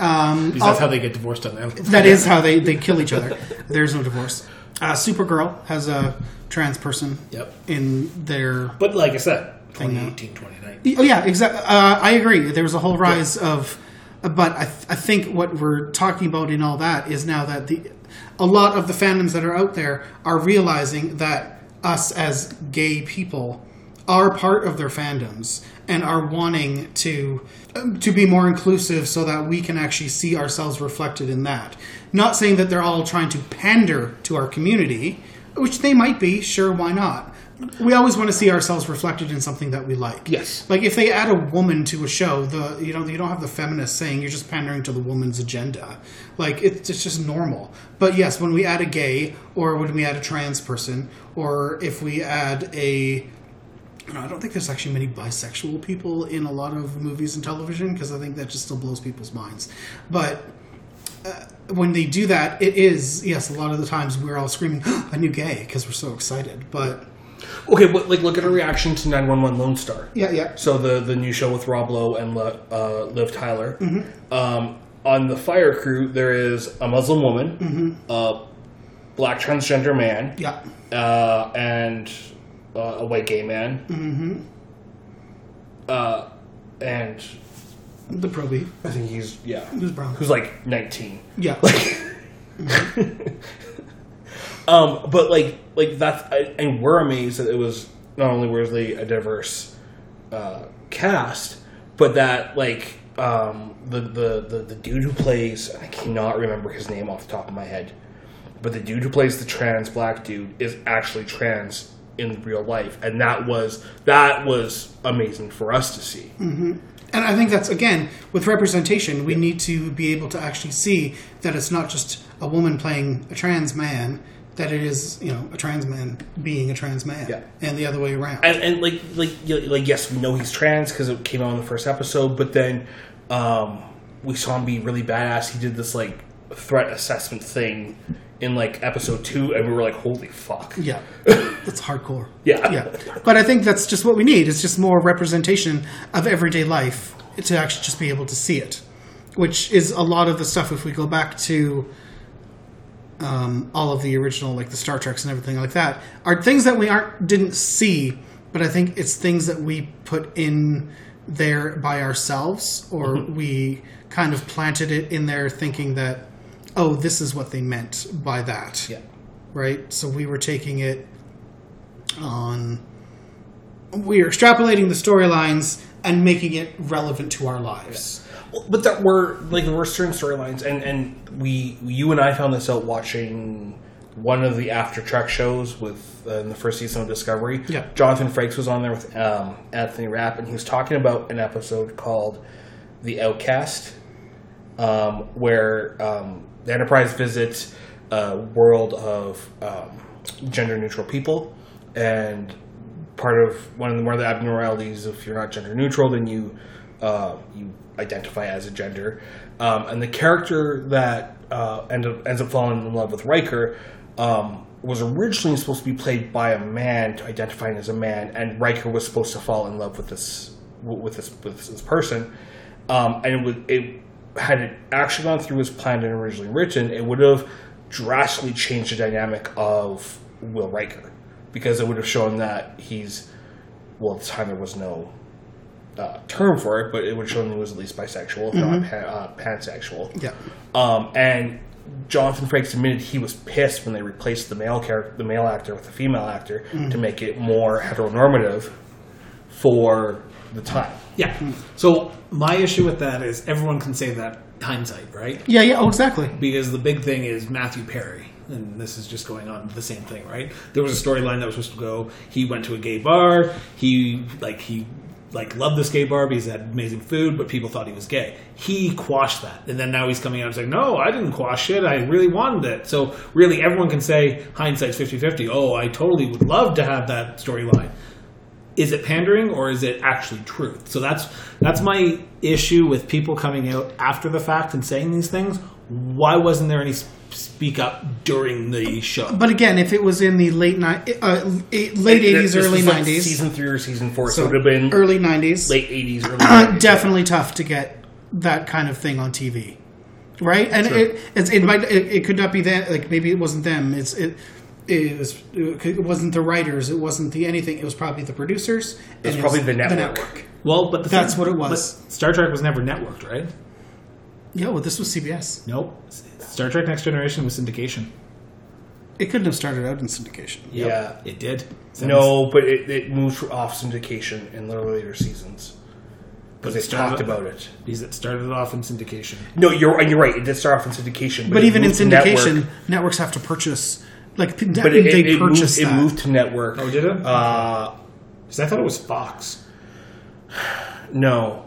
S4: Because that's how they get divorced on the
S1: That is how they, they kill each other. There's no divorce. Uh, Supergirl has a trans person
S4: Yep.
S1: in their.
S4: But like I said, 2018, 2019.
S1: Oh yeah, exactly. Uh, I agree. There was a whole rise of, uh, but I, th- I think what we're talking about in all that is now that the a lot of the fandoms that are out there are realizing that us as gay people are part of their fandoms and are wanting to um, to be more inclusive so that we can actually see ourselves reflected in that. Not saying that they're all trying to pander to our community, which they might be, sure why not. We always want to see ourselves reflected in something that we like.
S2: Yes.
S1: Like if they add a woman to a show, the you know you don't have the feminist saying you're just pandering to the woman's agenda. Like it's it's just normal. But yes, when we add a gay or when we add a trans person or if we add a you know, I don't think there's actually many bisexual people in a lot of movies and television because I think that just still blows people's minds. But uh, when they do that, it is yes. A lot of the times we're all screaming, (gasps) "A new gay!" because we're so excited. But
S2: okay, but like look at our reaction to 911 Lone Star.
S1: yeah, yeah,
S2: So the the new show with Rob Lowe and Le, uh, Liv Tyler. Um, on the fire crew, there is a Muslim woman, a black transgender man,
S1: yeah.
S2: uh, and uh, a white gay man, mm-hmm. uh, and
S1: The probie.
S2: I think he's yeah,
S1: Who's brown?
S2: who's like nineteen.
S1: Yeah.
S2: Um, but like like that's I, and we're amazed that it was not only was they a diverse uh, cast, but that like um, the, the the the dude who plays I cannot remember his name off the top of my head, but the dude who plays the trans black dude is actually trans in real life, and that was that was amazing for us to see.
S1: And I think that's again with representation, we need to be able to actually see that it's not just a woman playing a trans man; that it is you know a trans man being a trans man,
S2: Yeah.
S1: and the other way around.
S2: and, and like like you know, like yes, we know he's trans because it came out in the first episode, but then um, we saw him be really badass. He did this like threat assessment thing in like episode two, and we were like, holy fuck,
S1: Yeah, that's hardcore.
S2: Yeah.
S1: yeah. But I think that's just what we need. It's just more representation of everyday life to actually just be able to see it, which is a lot of the stuff. If we go back to um, all of the original, like the Star Treks and everything like that, are things that we aren't didn't see, but I think it's things that we put in there by ourselves, or
S2: Mm-hmm.
S1: we kind of planted it in there thinking that, oh, this is what they meant by that
S2: yeah,
S1: right? So we were taking it on. We are extrapolating the storylines and making it relevant to our lives.
S2: Well, but that were like there were certain storylines, and and we you and I found this out watching one of the after track shows with uh, in the first season of Discovery.
S1: Yeah.
S2: Jonathan Frakes was on there with um, Anthony Rapp, and he was talking about an episode called "The Outcast," um, where um, the Enterprise visits a world of um, gender neutral people, and part of one of the more of the abnormalities if you're not gender neutral, then you uh, you identify as a gender, um, and the character that uh, end up, ends up falling in love with Riker. Um, was originally supposed to be played by a man to identifying as a man, and Riker was supposed to fall in love with this with this with this person, um, and it would it had it actually gone through as planned and originally written, it would have drastically changed the dynamic of Will Riker because it would have shown that he's well at the time there was no uh, term for it, but it would show him he was at least bisexual, if not pan, uh, pansexual.
S1: Yeah.
S2: Um, and Jonathan Frakes admitted he was pissed when they replaced the male character, the male actor with the female actor to make it more heteronormative for the time.
S3: Yeah. So my issue with that is everyone can say that hindsight, right?
S1: Yeah, yeah, oh, exactly.
S3: Because the big thing is Matthew Perry. And this is just going on the same thing, right? There was a storyline that was supposed to go. He went to a gay bar. He like he like loved this gay bar because it had amazing food, but people thought he was gay. He quashed that, and then now he's coming out and saying, "No, I didn't quash it. I really wanted it." So really, everyone can say hindsight's 50-50. Oh, I totally would love to have that storyline is it pandering or is it actually truth? So that's that's my issue with people coming out after the fact and saying these things. Why wasn't there any sp- speak up during the show?
S1: But again, if it was in the late ni- uh, eight- late eighties,
S2: This was
S1: early
S2: like
S1: nineties,
S2: season three or season four.
S1: so
S2: So, it would have been
S1: early nineties,
S2: late eighties, early.
S1: Uh,
S2: 90s.
S1: definitely tough to get that kind of thing on TV, right? And it it's, it might it, it could not be that like maybe it wasn't them. It's it it was it wasn't the writers. It wasn't the anything. It was probably the producers. and
S2: It's probably the network.
S3: Well, but the
S1: That's
S3: thing-
S1: what it
S3: but
S1: was.
S3: Star Trek was never networked, right?
S1: Yeah, well, this was CBS.
S3: Nope. Star Trek Next Generation was syndication.
S1: It couldn't have started out in syndication.
S2: Yeah.
S3: it did.
S2: No, but it, it moved for off syndication in the later seasons because they
S3: started-
S2: talked about it.
S3: because it started off in syndication.
S2: No, you're and you're right. It did start off in syndication,
S1: But
S2: it
S1: even in
S2: moved to network.
S1: syndication, networks have to purchase. Like p-
S2: but it,
S1: they
S2: it, it,
S1: purchase
S2: moved, it
S1: that.
S2: moved to network.
S3: Oh, did it?
S2: Uh,
S3: Because I thought it was Fox.
S2: (sighs) no,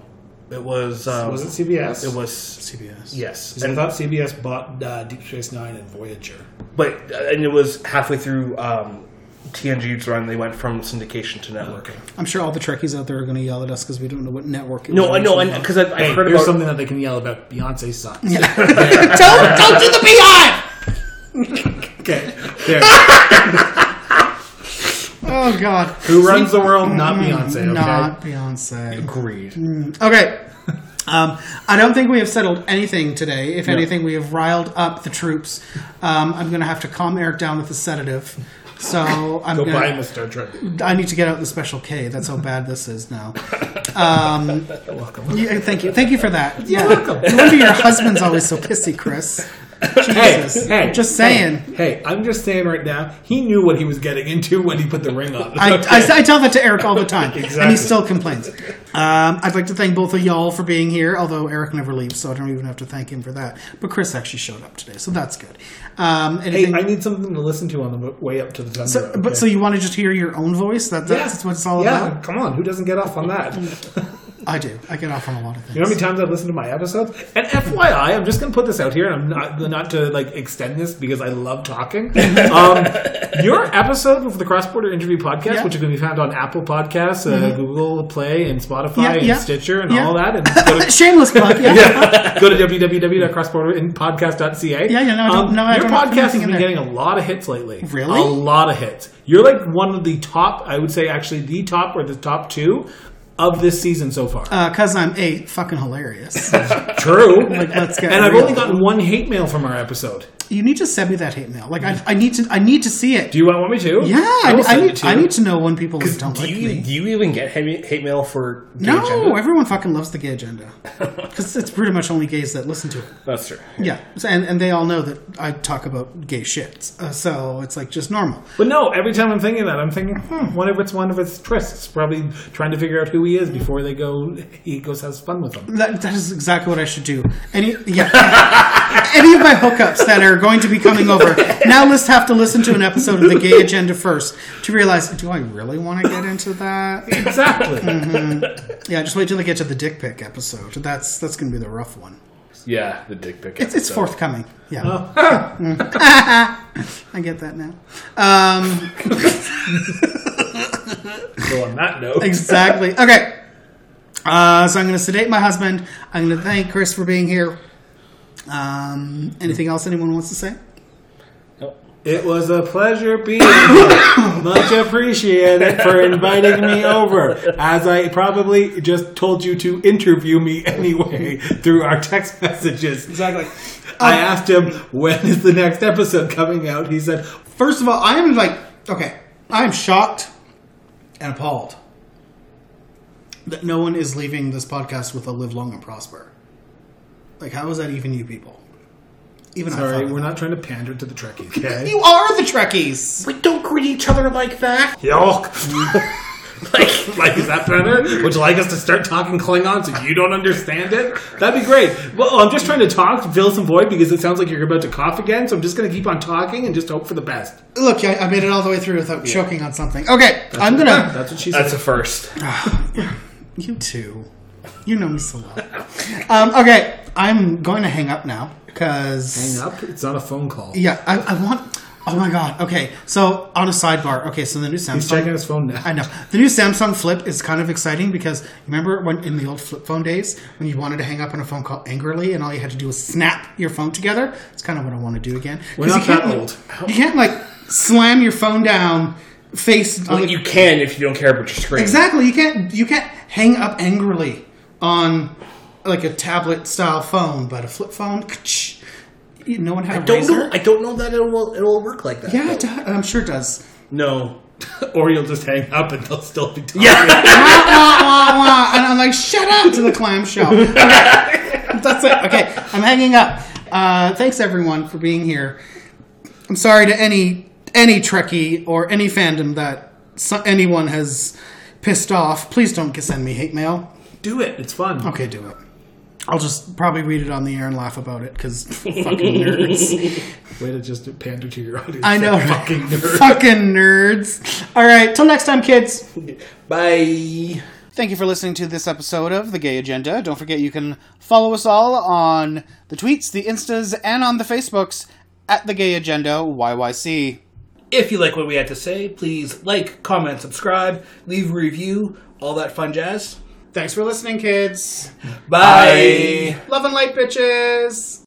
S2: it was. Um,
S3: Was it CBS?
S2: It was
S1: CBS.
S2: yes,
S3: 'Cause I
S2: and,
S3: thought CBS bought uh, Deep Space Nine and Voyager.
S2: but uh, and it was halfway through um, TNG's run. They went from syndication to network.
S1: I'm sure all the Trekkies out there are going to yell at us because we don't know what network. It
S2: No, I
S1: was
S2: know,
S1: on.
S2: and because I've, I've
S3: Hey,
S2: heard
S3: here's
S2: about
S3: something that they can yell about. Beyonce (laughs) sucks.
S1: don't don't do the beehive.
S3: (laughs) Okay. There.
S1: Oh God,
S3: Who runs the world? Not Beyonce. Okay.
S1: mm, not Beyonce.
S2: greed.
S1: Okay. Um, I don't think we have settled anything today. If anything, we have riled up the troops. Um, I'm going to have to calm Eric down with a sedative. So I'm
S3: Go buy him
S1: gonna,
S3: a Star
S1: (laughs)
S3: Trek.
S1: I need to get out the special K. That's how bad this is now. Um, yeah, thank you. Thank you for that. Yeah. No wonder your husband's always so pissy, Chris. Jesus. Just saying.
S3: Hey, hey, I'm just saying right now. He knew what he was getting into when he put the ring on.
S1: I, I, I tell that to Eric all the time, and he
S3: Exactly.
S1: still complains. Um, I'd like to thank both of y'all for being here, although Eric never leaves, so I don't even have to thank him for that. But Chris actually showed up today, so that's good. Um,
S3: hey,
S1: anything,
S3: I need something to listen to on the w- way up to the thunder.
S1: so, but so you want to just hear your own voice? That, that's what it's all
S3: yeah,
S1: about. Mm.
S3: come on. Who doesn't get off on that? (laughs) You
S1: I do. I get off on a lot of things.
S3: know how many times I've listened to my episodes? And FYI, I'm just going to put this out here, and I'm not not to like extend this because I
S1: (laughs)
S3: love talking. Um, your episode of the Cross Border Interview Podcast,
S1: Yeah. Mm-hmm.
S3: which is going to be found on Apple Podcasts, uh, Google Play, and Spotify,
S1: Yeah,
S3: and
S1: yeah.
S3: Stitcher, and
S1: Yeah.
S3: all that, and
S1: (laughs)
S3: go to
S1: Shameless plug.
S3: (laughs)
S1: Yeah.
S3: go to www.crossborderinpodcast.ca.
S1: Yeah, yeah, no, I don't- no, I
S3: Um, Your
S1: don't have
S3: podcast has
S1: anything in
S3: been
S1: there.
S3: getting a lot of hits lately.
S1: Really?
S3: A lot of hits. You're like one of the top, I would say actually the top or the top two of this season so far.
S1: Because Uh, I'm eight, fucking hilarious. (laughs)
S3: True.
S1: let's get
S3: and I've
S1: real.
S3: only gotten one hate mail from our episode.
S1: you need to send me that hate mail. Like I, I need to, I need to see it.
S3: Do you want, want me to?
S1: yeah,
S3: I
S1: I,
S3: will
S1: I
S3: send it
S1: need,
S3: to
S1: I
S3: you.
S1: need to know when people don't
S2: Do
S1: like
S2: you,
S1: me.
S2: do you even get hate, hate mail for gay
S1: No,
S2: agenda?
S1: everyone fucking loves the gay agenda because it's pretty much only gays that listen to it.
S2: That's true.
S1: Yeah, So- and and they all know that I talk about gay shit, uh, so it's like just normal.
S3: But no, every time I'm thinking that, I'm thinking, hmm, what if it's one of its trysts? Probably trying to figure out who he is before they go. He goes has fun with them.
S1: That, that is exactly what I should do. Any yeah, any of my hookups that are going to be coming over now, let's have to listen to an episode of the gay agenda first to realize do I really want to get into that?
S3: Exactly.
S1: (laughs) Yeah, just wait till they get to the dick pic episode. That's that's going to be the rough one.
S2: Yeah, the dick pic.
S1: It's, it's
S2: episode.
S1: forthcoming. Yeah.
S3: Oh.
S1: Mm. (laughs) I get that now. Um,
S3: So on that note,
S1: exactly. Okay. Uh, so I'm going to sedate my husband. I'm going to thank Chris for being here. Um, anything else anyone wants to say?
S3: It was a pleasure
S1: (coughs)
S3: being here. Much
S1: (laughs)
S3: appreciated for inviting me over, as I probably just told you to interview me (laughs) anyway through our text messages. Exactly. I
S1: Uh,
S3: asked him, when is the next episode coming out? He said,
S1: First of all, I am like, okay, I'm shocked and appalled that no one is leaving this podcast with a live long and prosper. Like, how is that even you people? Even I
S3: Sorry,
S1: thought-
S3: we're not trying to pander to the (laughs) Trekkies, okay?
S1: You are the Trekkies.
S2: We don't greet each other like that.
S3: Yuck. Like, like is that better? Would you like us to start talking Klingon so you don't understand it? That'd be great. Well, I'm just trying to talk to fill some void because it sounds like you're about to cough again. So I'm just going to keep on talking and just hope for the best.
S1: Look, I, I made it all the way through without choking on something. Okay, I'm gonna.
S3: That's what she
S2: (laughs)
S3: said.
S2: That's a first.
S1: You too. You know me so
S3: (laughs)
S1: well. um, okay, I'm going to hang up now because
S3: Hang up. It's not a phone call.
S1: yeah, I, I want. Oh my god. Okay, so on a sidebar. Okay, so the new Samsung.
S3: He's checking his phone now.
S1: I know the new Samsung Flip is kind of exciting because remember when in the old flip phone days when you wanted to hang up on a phone call angrily and all you had to do was snap your phone together. It's kind of what I want to do again. 'Cause
S3: not
S1: you can't,
S3: that
S1: like-
S3: old.
S1: You can't like slam your phone down face. on
S2: Well,
S1: the-
S2: you can if you don't care about your screen.
S1: Exactly. You can't you can't hang up angrily on like a tablet style phone, but a flip phone. ka-ch, You, no one had a
S2: Don't
S1: razor.
S2: know, I don't know that it'll it'll work like that.
S1: Yeah, it do- I'm sure it does.
S2: No.
S3: (laughs) Or you'll just hang up and they'll still be talking.
S1: wah,
S2: Yeah.
S1: wah, wah, wah. And I'm like, shut up to the clam
S2: (laughs)
S1: show. Okay. That's it. Okay, I'm hanging up. Uh, thanks everyone for being here. I'm sorry to any any Trekkie or any fandom that so- anyone has pissed off. Please don't send me hate mail.
S3: Do it. It's fun.
S1: Okay, do it. I'll just probably read it on the air and laugh about it because fucking nerds.
S3: (laughs) Way to just pander to your audience.
S1: I know. right?
S3: (laughs) Fucking nerd.
S1: Fucking nerds. All right, till next time, kids.
S2: Bye.
S1: Thank you for listening to this episode of The Gay Agenda. Don't forget you can follow us all on the tweets, the instas, and on the Facebooks at The Gay Agenda YYC.
S2: If you like what we had to say, please like, comment, subscribe, leave a review, all that fun jazz.
S1: Thanks for listening, kids.
S2: Bye.
S1: Love and light, bitches.